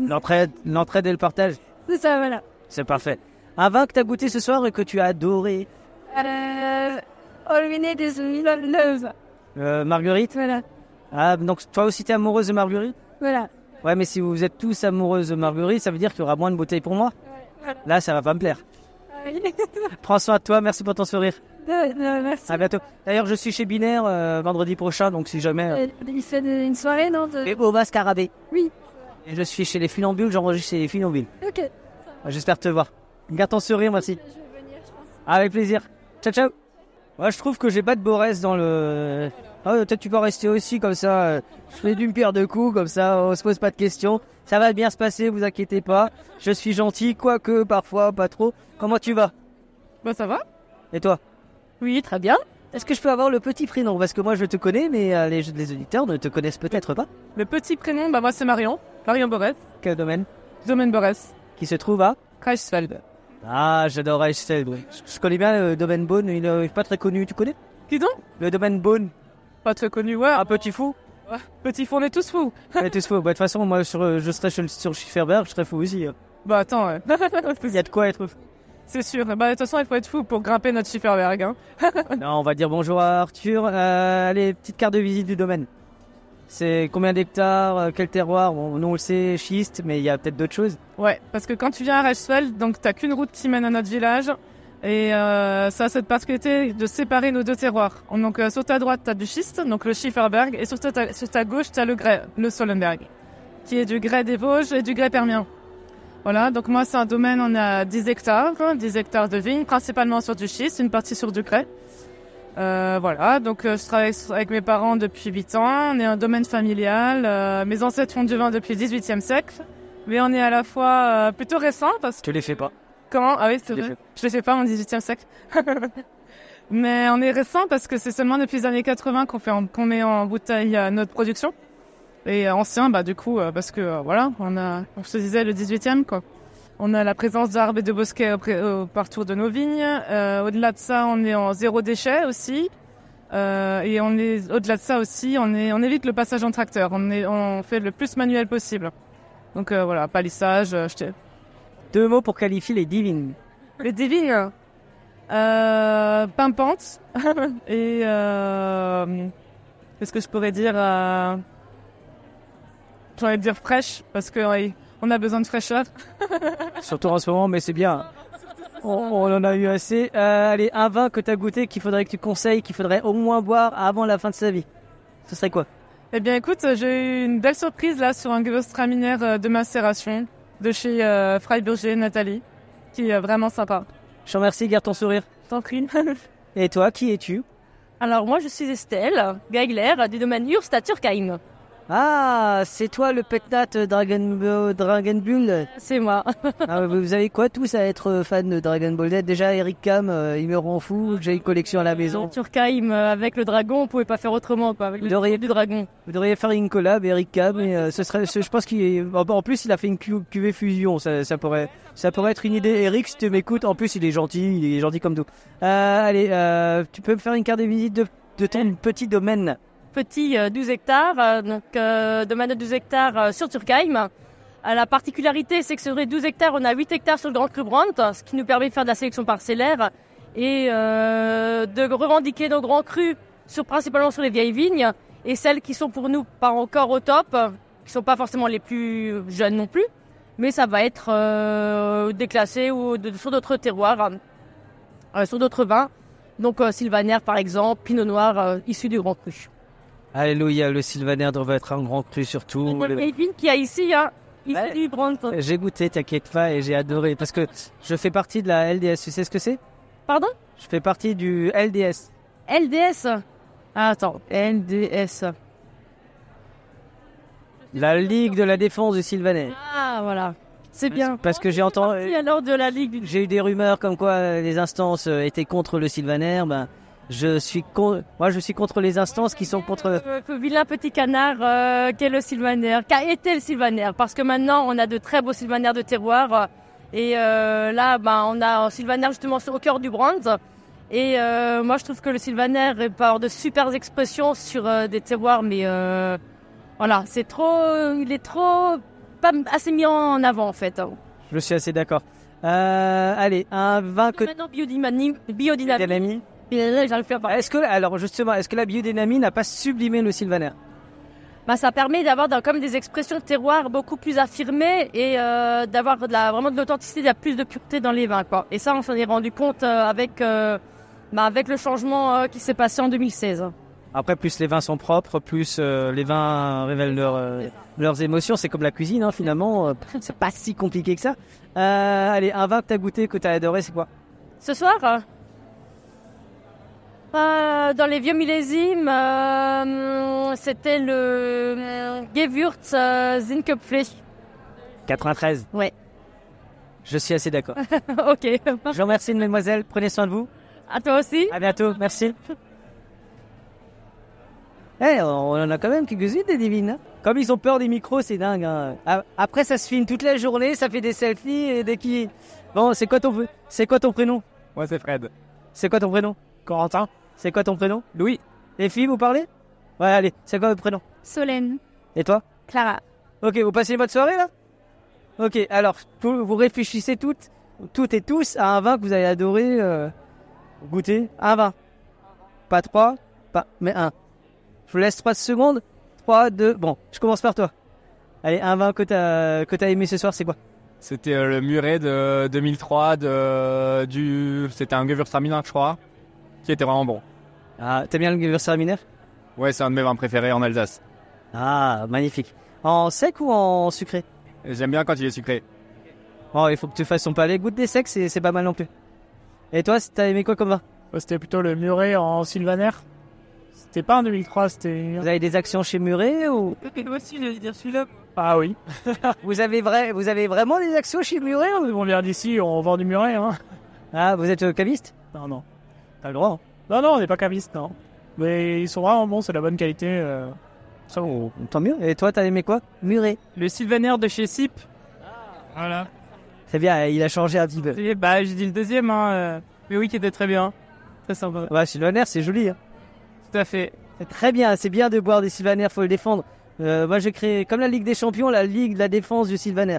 S1: L'entraide, l'entraide et le partage,
S12: C'est ça, voilà.
S1: c'est parfait. Un vin que t'as goûté ce soir et que tu as adoré.
S12: Euh, Olviné des Neuves.
S1: Euh, Marguerite
S12: Voilà.
S1: Ah, donc toi aussi t'es amoureuse de Marguerite
S12: Voilà.
S1: Ouais, mais si vous êtes tous amoureuses de Marguerite, ça veut dire qu'il y aura moins de bouteilles pour moi
S12: voilà.
S1: Là, ça va pas me plaire.
S12: Ah oui.
S1: Prends soin de toi, merci pour ton sourire.
S12: De- de- merci.
S1: À bientôt. D'ailleurs, je suis chez Binaire euh, vendredi prochain, donc si jamais... euh,
S12: Euh, Il fait des- une soirée, non de...
S1: Mais au bas, Scarabée.
S12: Oui,
S1: Et je suis chez les Funambules, j'enregistre chez les Funambules.
S12: ok.
S1: Ah, J'espère te voir. Garde ton sourire, merci. Avec plaisir. Ciao, ciao. Moi, je trouve que j'ai pas de Borès dans le. Ah, ouais, toi, tu peux rester aussi comme ça. euh, Je fais d'une pierre deux coups, comme ça, on se pose pas de questions. Ça va bien se passer, vous inquiétez pas. Je suis gentil, quoique parfois pas trop. Comment tu vas
S18: Bah ça va.
S1: Et toi
S18: Oui, très bien.
S1: Est-ce que je peux avoir le petit prénom Parce que moi, je te connais, mais euh, les, les auditeurs ne te connaissent peut-être pas.
S18: Le petit prénom, bah moi c'est Marion. Marion Borès.
S1: Quel domaine
S18: Domaine Borès.
S1: Qui se trouve à
S18: Kreisfeld.
S1: Ah, j'adore Eichstätt, oui. Je je connais bien le domaine Beaune, il euh, est pas très connu, tu connais
S18: Qui donc
S1: Le domaine Beaune.
S18: Pas très connu, ouais. Un
S1: petit fou
S18: Ouais, Petit fou, on est tous fous.
S1: Ouais, t'es fou. Bah, de toute façon, moi, sur, euh, je serais sur, sur Schifferberg, je serais fou aussi. hein.
S18: Bah attends,
S12: euh.
S18: ouais.
S1: Il y a de quoi être fou.
S18: C'est sûr. Bah de toute façon, il faut être fou pour grimper notre Schifferberg. Hein.
S1: non, on va dire bonjour à Arthur. Euh, allez, petite carte de visite du domaine. C'est combien d'hectares, euh, quel terroir Bon, nous on le sait, schiste, mais il y a peut-être d'autres choses.
S18: Ouais, parce que quand tu viens à Reichsfeld, donc t'as qu'une route qui mène à notre village. Et euh, ça a cette particularité de séparer nos deux terroirs. Donc euh, sur ta droite, t'as du schiste, donc le Schieferberg, et sur ta, sur ta gauche, t'as le grès, le Solenberg, qui est du grès des Vosges et du grès permien. Voilà, donc moi c'est un domaine, on a 10 hectares, hein, 10 hectares de vignes, principalement sur du schiste, une partie sur du grès. Euh, voilà, donc euh, je travaille sur- avec mes parents depuis 8 ans, on est un domaine familial, euh, mes ancêtres font du vin depuis le 18e siècle, mais on est à la fois euh, plutôt récent parce que...
S1: Tu les fais pas.
S18: Comment Ah oui, c'est
S1: Je les
S18: vrai,
S1: fais.
S18: je le sais pas, mon 18e siècle. mais on est récent parce que c'est seulement depuis les années 80 qu'on fait en- qu'on met en bouteille euh, notre production. Et euh, ancien, bah du coup, euh, parce que euh, voilà, on a, on se disait le 18e quoi. On a la présence d'arbres et de bosquets au pré- au- partout de nos vignes. Euh, au-delà de ça, on est en zéro déchet aussi. Euh, et on est au-delà de ça aussi, on, est, on évite le passage en tracteur. On, est, on fait le plus manuel possible. Donc euh, voilà, palissage. euh, jeté-
S1: Deux mots pour qualifier les divines.
S18: Les divines euh, Pimpantes. et euh, qu'est-ce que je pourrais dire euh, J'ai envie de dire fraîche parce que oui, on a besoin de fraîcheur.
S1: Surtout en ce moment, mais c'est bien. On, on en a eu assez. Euh, allez, un vin que t'as goûté, qu'il faudrait que tu conseilles, qu'il faudrait au moins boire avant la fin de sa vie. Ce serait quoi
S18: Eh bien, écoute, euh, j'ai eu une belle surprise là sur un Gewürztraminer euh, de macération de chez euh, Freiburger Nathalie, qui est euh, vraiment sympa.
S1: Je te remercie, garde ton sourire.
S18: T'en prie.
S1: Et toi, qui es-tu
S20: Alors moi je suis Estelle Gaigler du domaine Urst à Turkheim.
S1: Ah, c'est toi le petnat Dragon, euh, Dragon Ball
S20: C'est moi.
S1: Ah, vous vous avez quoi tous à être euh, fan de Dragon Ball Z Déjà, Eric Cam, euh, il me rend fou, j'ai une collection à la maison.
S20: Turkheim euh, avec le dragon, on pouvait pas faire autrement quoi, avec le
S1: devriez-
S20: du dragon.
S1: Vous devriez faire une collab, Eric Cam, et euh, ce serait, ce- je pense qu'il est- en- En plus, il a fait une cu- cuvée fusion, ça, ça pourrait, ça pourrait être une idée. Eric, si tu m'écoutes, en plus, il est gentil, il est gentil comme tout. Euh, allez, euh, tu peux me faire une carte de visite de, de ton petit domaine
S20: Petit euh, 12 hectares, euh, donc euh, domaine de 12 hectares euh, sur Turkheim. Ah, La particularité, c'est que sur les 12 hectares, on a 8 hectares sur le Grand Cru Brandt, ce qui nous permet de faire de la sélection parcellaire et euh, de revendiquer nos grands crus sur, principalement sur les vieilles vignes et celles qui sont pour nous pas encore au top, qui sont pas forcément les plus jeunes non plus, mais ça va être euh, déclassé ou de- sur d'autres terroirs, euh, sur d'autres vins. Donc euh, Sylvaner par exemple, Pinot Noir euh, issu du Grand Cru.
S1: Alléluia, le Sylvaner doit être un grand cru surtout.
S20: Et une vigne qu'il y a ici, hein, issu du Brandt.
S1: Euh, J'ai goûté, t'inquiète pas, et j'ai adoré. Parce que je fais partie de la LDS, tu sais ce que c'est
S20: Pardon
S1: Je fais partie du LDS.
S20: LDS Ah, Attends, LDS.
S1: La Ligue de la Défense du Sylvaner.
S20: Ah voilà, c'est bien.
S1: Parce que j'ai entendu.
S20: alors de la Ligue
S1: J'ai eu des rumeurs comme quoi euh, les instances euh, étaient contre le Sylvaner. Ben, je suis con- Moi, je suis contre les instances qui sont contre.
S20: Le le vilain Euh, petit canard euh, qu'est le sylvaner, qu'a été le sylvaner, parce que maintenant on a de très beaux sylvaners de terroir. euh, Et euh, là, ben, on a un sylvaner justement sur- au cœur du brand. Et euh, moi, je trouve que le sylvaner est par de super expressions sur euh, des terroirs, mais euh, voilà, c'est trop, il est trop pas assez mis en avant en fait. hein.
S1: Je suis assez d'accord. Euh, allez, un vin que.
S20: Maintenant, biodynamie. biodynamie.
S1: Est-ce que, alors justement, est-ce que la biodynamie n'a pas sublimé le Sylvaner
S20: Bah, ça permet d'avoir dans- comme des expressions de terroir beaucoup plus affirmées et euh, d'avoir de la- vraiment de l'authenticité, de la plus de pureté dans les vins. Quoi. Et ça, on s'en est rendu compte euh, avec, euh, bah, avec le changement euh, qui s'est passé en 2016.
S1: Après, plus les vins sont propres, plus euh, les vins révèlent leurs, euh, leurs émotions. C'est comme la cuisine, hein, finalement. euh, c'est pas si compliqué que ça. Euh, allez, un vin que t'as goûté, que t'as adoré, c'est quoi
S20: Ce soir, euh, euh, dans les vieux millésimes, euh, c'était le euh, Gewürz euh, Zinkapfel.
S1: 93.
S20: Ouais.
S1: Je suis assez d'accord.
S20: ok.
S1: Je vous remercie, mademoiselle. Prenez soin de vous.
S20: À toi aussi.
S1: À bientôt. Merci. Eh, on en a quand même quelques-unes des divines. hein. Comme ils ont peur des micros, c'est dingue. hein. A- Après, ça se filme toute la journée, ça fait des selfies et dès qu'ils. Bon, c'est quoi ton, c'est quoi ton prénom
S5: Moi, c'est Fred.
S1: C'est quoi ton prénom Corentin. C'est quoi ton prénom Louis. Les filles, vous parlez Ouais, allez, c'est quoi votre prénom
S12: Solène.
S1: Et toi
S12: Clara.
S1: Ok, vous passez une bonne soirée là Ok, alors vous, vous réfléchissez toutes, toutes et tous à un vin que vous avez adoré euh, goûter. Un vin. Pas trois, pas, mais un. Je vous laisse trois secondes. Trois, deux, bon, je commence par toi. Allez, un vin que t'as que t'as aimé ce soir, c'est quoi
S10: C'était euh, le muret de 2003 de, du. C'était un Gewürztraminer, je crois, qui était vraiment bon.
S1: Ah, t'aimes bien le Gewürztraminer
S10: Ouais, c'est un de mes vins préférés en Alsace.
S1: Ah, magnifique. En sec ou en sucré
S10: J'aime bien quand il est sucré.
S1: Oh, il faut que tu fasses ton palais. Goûte des secs, c'est c'est pas mal non plus. Et toi, t'as aimé quoi comme vin
S21: C'était plutôt le muret en Sylvaner. C'était pas en 2003, c'était.
S1: Vous avez des actions chez Muret ou
S21: Moi aussi, j'allais dire celui-là. Ah oui.
S1: vous, avez vrai, vous avez vraiment des actions chez Muret hein
S21: On vient d'ici, on vend du muret. Hein.
S1: Ah, vous êtes caviste
S21: Non, non.
S1: T'as le droit. hein.
S21: Non, non, on n'est pas caviste, non. Mais ils sont vraiment bons, c'est la bonne qualité. euh, Ça, on...
S1: Tant mieux. Et toi, t'as aimé quoi Muret.
S21: Le Sylvaner de chez Sip. Voilà.
S1: C'est bien, il a changé un petit peu.
S21: Bah, j'ai dit le deuxième, hein, euh, mais oui, qui était très bien. Très sympa.
S1: Bah, Sylvaner, c'est joli. hein.
S21: Tout à fait.
S1: C'est très bien, c'est bien de boire des Sylvaner, faut le défendre. Euh, moi, j'ai créé, comme la Ligue des Champions, la Ligue de la défense du Sylvaner.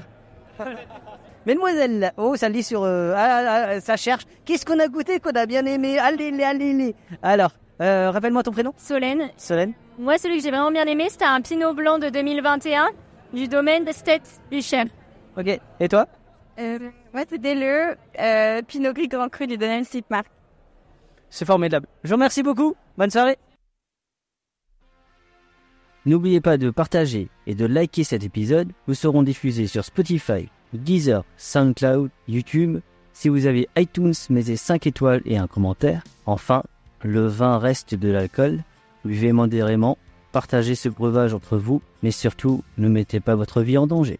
S1: Mesdemoiselles, oh, ça lit sur. euh, ah, ah, ça cherche. Qu'est-ce qu'on a goûté qu'on a bien aimé Allez, allez, allez. Alors, euh, rappelle-moi ton prénom
S12: Solène.
S1: Solène.
S12: Moi, celui que j'ai vraiment bien aimé, c'était un Pinot Blanc de 2021 du domaine d'Estet Bichem.
S1: Ok. Et toi
S12: Euh, moi, c'était le euh, Pinot Gris Grand Cru du domaine Sipmark.
S1: C'est formidable. Je vous remercie beaucoup. Bonne soirée. N'oubliez pas de partager et de liker cet épisode. Nous serons diffusés sur Spotify, Deezer, SoundCloud, YouTube. Si vous avez iTunes, mettez 5 étoiles et un commentaire. Enfin, le vin reste de l'alcool. Buvez modérément. Partagez ce breuvage entre vous. Mais surtout, ne mettez pas votre vie en danger.